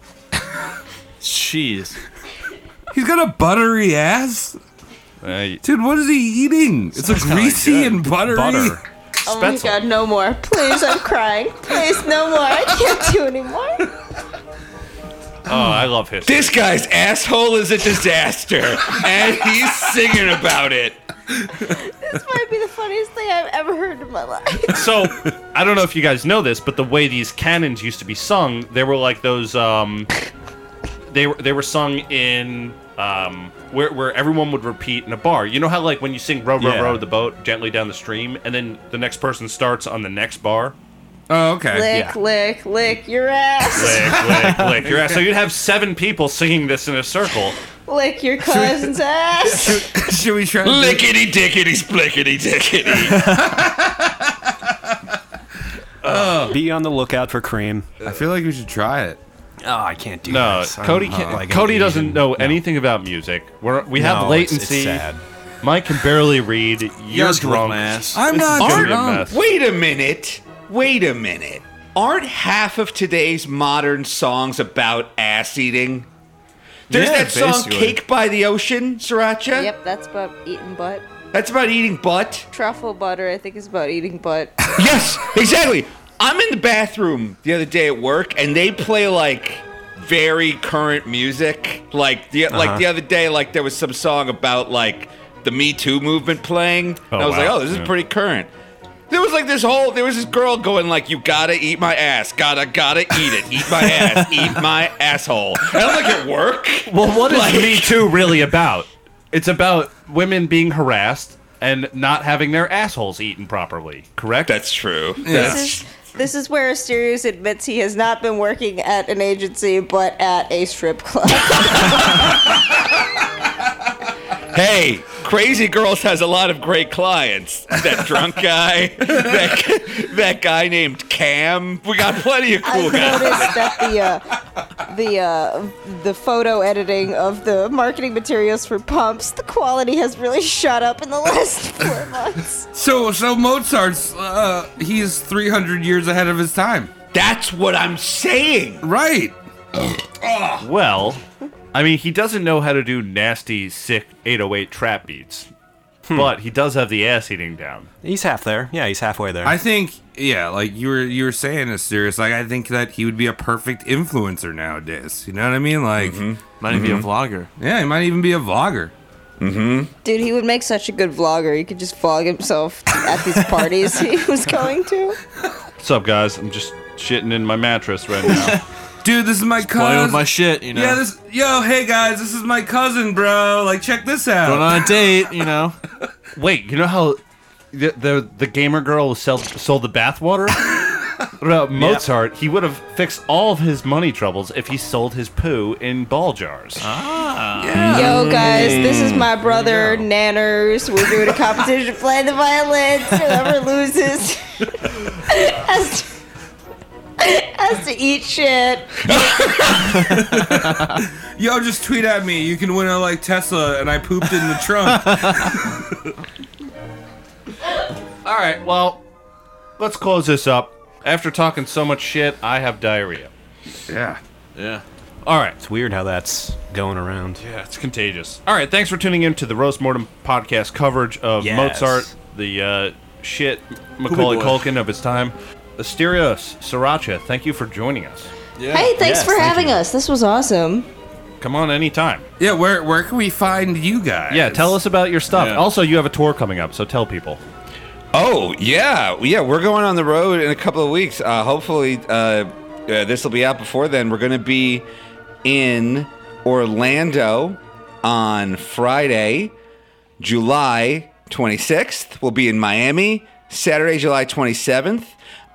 Speaker 12: Jeez.
Speaker 10: He's got a buttery ass? Dude, what is he eating? It's a greasy and buttery.
Speaker 9: Butter.
Speaker 4: Oh my god, no more. Please, I'm crying. Please, no more. I can't do anymore.
Speaker 1: Oh, I love history.
Speaker 11: This guy's asshole is a disaster, and he's singing about it.
Speaker 4: This might be the funniest thing I've ever heard in my life.
Speaker 1: so I don't know if you guys know this, but the way these canons used to be sung, they were like those. Um, they were they were sung in um, where where everyone would repeat in a bar. You know how like when you sing "Row, row,
Speaker 9: Yeah.
Speaker 1: row the boat gently down the stream," and then the next person starts on the next bar.
Speaker 10: Oh, okay.
Speaker 4: Lick, lick, lick your ass.
Speaker 1: Lick, lick, lick your ass. So you'd have seven people singing this in a circle.
Speaker 4: Lick your cousin's ass.
Speaker 10: Should we try?
Speaker 11: Lickety dickety splickety dickety.
Speaker 9: Be on the lookout for cream.
Speaker 10: I feel like we should try it.
Speaker 9: Oh, I can't do
Speaker 1: No,
Speaker 9: this. I'm
Speaker 1: Cody
Speaker 9: not
Speaker 1: can't.
Speaker 9: like an
Speaker 1: Cody
Speaker 9: Asian.
Speaker 1: doesn't know anything about music. We're, we have
Speaker 9: No, it's- it's
Speaker 1: latency.
Speaker 9: sad.
Speaker 1: Mike can barely read. You're
Speaker 12: guys can lick
Speaker 1: drunk.
Speaker 12: my ass.
Speaker 10: I'm
Speaker 1: This is
Speaker 10: not
Speaker 1: gonna be a
Speaker 10: drunk.
Speaker 1: mess.
Speaker 11: Wait a minute. Wait a minute. Aren't half of today's modern songs about ass eating? There's
Speaker 12: Yeah,
Speaker 11: that song
Speaker 12: basically.
Speaker 11: Cake by the Ocean, Sriracha.
Speaker 4: Yep, that's about eating butt.
Speaker 11: That's about eating butt.
Speaker 4: Truffle butter, I think, is about eating butt.
Speaker 11: Yes, exactly. I'm in the bathroom the other day at work, and they play like very current music. Like the
Speaker 1: Uh-huh.
Speaker 11: like the other day, like there was some song about like the Me Too movement playing. and I was
Speaker 1: wow.
Speaker 11: like, oh, this
Speaker 1: Yeah.
Speaker 11: is pretty current. There was like this whole there was this girl going like, you gotta eat my ass, gotta gotta eat it, eat my ass, eat my asshole. And I'm like at work.
Speaker 1: Well, what is
Speaker 11: Like-
Speaker 1: Me Too really about? It's about women being harassed and not having their assholes eaten properly, correct?
Speaker 11: That's true.
Speaker 4: This is this is where Asterius admits he has not been working at an agency, but at a strip club.
Speaker 11: Hey, Crazy Girls has a lot of great clients. That drunk guy, that, that guy named Cam. We got plenty of
Speaker 4: I
Speaker 11: cool guys.
Speaker 4: noticed that the uh, the uh, the photo editing of the marketing materials for pumps, the quality has really shot up in the last four months.
Speaker 10: So, so Mozart's, uh, he's 300 years ahead of his time.
Speaker 11: That's what I'm saying.
Speaker 10: Right.
Speaker 1: well, I mean, he doesn't know how to do nasty, sick 808 trap beats, but he does have the ass eating down.
Speaker 9: He's half there. Yeah, he's halfway there.
Speaker 10: I think, yeah, like you were, you were saying this serious. Like, I think that he would be a perfect influencer nowadays. You know what I mean? Like,
Speaker 12: Might even be a
Speaker 10: Mm-hmm.
Speaker 12: vlogger.
Speaker 10: yeah, he might even be a vlogger.
Speaker 4: Dude, he would make such a good vlogger. He could just vlog himself at these parties he was going to.
Speaker 1: What's up, guys? I'm just shitting in my mattress right now.
Speaker 10: Dude, this is my
Speaker 12: Playing with
Speaker 10: cousin.
Speaker 12: my shit, you know.
Speaker 10: yeah, this, yo, hey guys, this is my cousin, bro. Like, check this out.
Speaker 12: Going on a date, you know.
Speaker 1: Wait, you know how the the, the gamer girl who sold, sold the bathwater? What about Mozart? He would have fixed all of his money troubles if he sold his poo in ball jars.
Speaker 4: Yo, guys, this is my brother, Nanners. We're doing a competition playing the violins. Whoever loses has, to, has to eat shit.
Speaker 10: Yo, just tweet at me. You can win a like Tesla, and I pooped in the trunk.
Speaker 1: All right, well, let's close this up. After talking so much shit, I have diarrhea.
Speaker 10: yeah.
Speaker 12: Yeah.
Speaker 1: All right.
Speaker 9: It's weird how that's going around.
Speaker 1: Yeah, it's contagious. All right, thanks for tuning in to the Roast Mortem podcast coverage of
Speaker 9: Yes.
Speaker 1: Mozart, the uh, shit Macaulay
Speaker 12: boy.
Speaker 1: Culkin of his time. Asterios, Sriracha, thank you for joining us.
Speaker 4: Hey, thanks for having us. This was awesome.
Speaker 1: Come on anytime.
Speaker 10: Yeah, where where can we find you guys?
Speaker 1: Yeah, tell us about your stuff.
Speaker 11: Yeah.
Speaker 1: Also, you have a tour coming up, so tell people.
Speaker 11: Oh yeah, yeah. We're going on the road in a couple of weeks. Uh, hopefully, uh, uh, this will be out before then. We're going to be in Orlando on Friday, July 26th. We'll be in Miami Saturday, July 27th.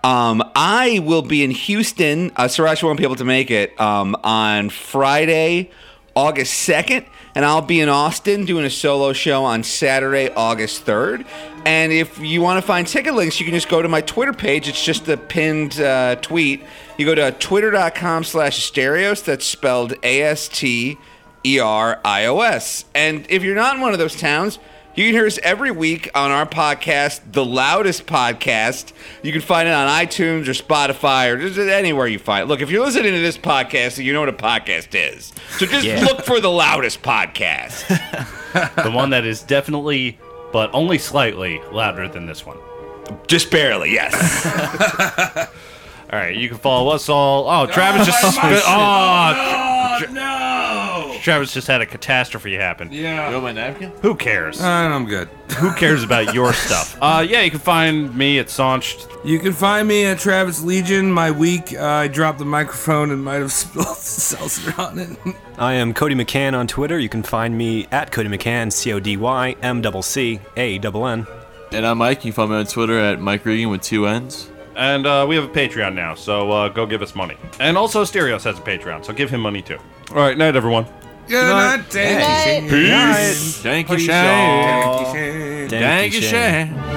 Speaker 11: Um, I will be in Houston. Uh, Sriracha won't be able to make it um, on Friday, August 2nd, and I'll be in Austin doing a solo show on Saturday, August 3rd. And if you want to find ticket links, you can just go to my Twitter page. It's just a pinned uh, tweet. You go to twitter.com slash stereos. That's spelled E A-S-T-E-R-I-O-S. And if you're not in one of those towns, you can hear us every week on our podcast, The Loudest Podcast. You can find it on iTunes or Spotify or just anywhere you find it. Look, if you're listening to this podcast, you know what a podcast is. So just
Speaker 1: Yeah.
Speaker 11: look for The Loudest Podcast.
Speaker 1: the one that is definitely, but only slightly, louder than this one.
Speaker 11: Just barely, yes.
Speaker 1: all right, you can follow us all. Oh, Travis just
Speaker 10: my
Speaker 1: spit.
Speaker 10: shit.
Speaker 1: Oh, no, Travis just had a catastrophe happen.
Speaker 10: Yeah.
Speaker 12: my napkin?
Speaker 1: Who cares?
Speaker 10: I'm good.
Speaker 1: Who cares about your stuff? Uh, yeah, you can find me at Saunched.
Speaker 10: You can find me at Travis Legion. My week, uh, I dropped the microphone and might have spilled seltzer on it.
Speaker 9: I am Cody McCann on Twitter. You can find me at Cody McCann, C O D Y M double C A double N.
Speaker 12: And I'm Mike. You can follow me on Twitter at Mike Regan with two N's.
Speaker 1: And uh, we have a Patreon now, so uh, go give us money. And also, Stereos has a Patreon, so give him money too. All right, night, everyone.
Speaker 10: Good night,
Speaker 1: Peace.
Speaker 10: Peace.
Speaker 1: Thank you, Shane.
Speaker 10: Thank you, Shane.
Speaker 1: Thank you, Shane.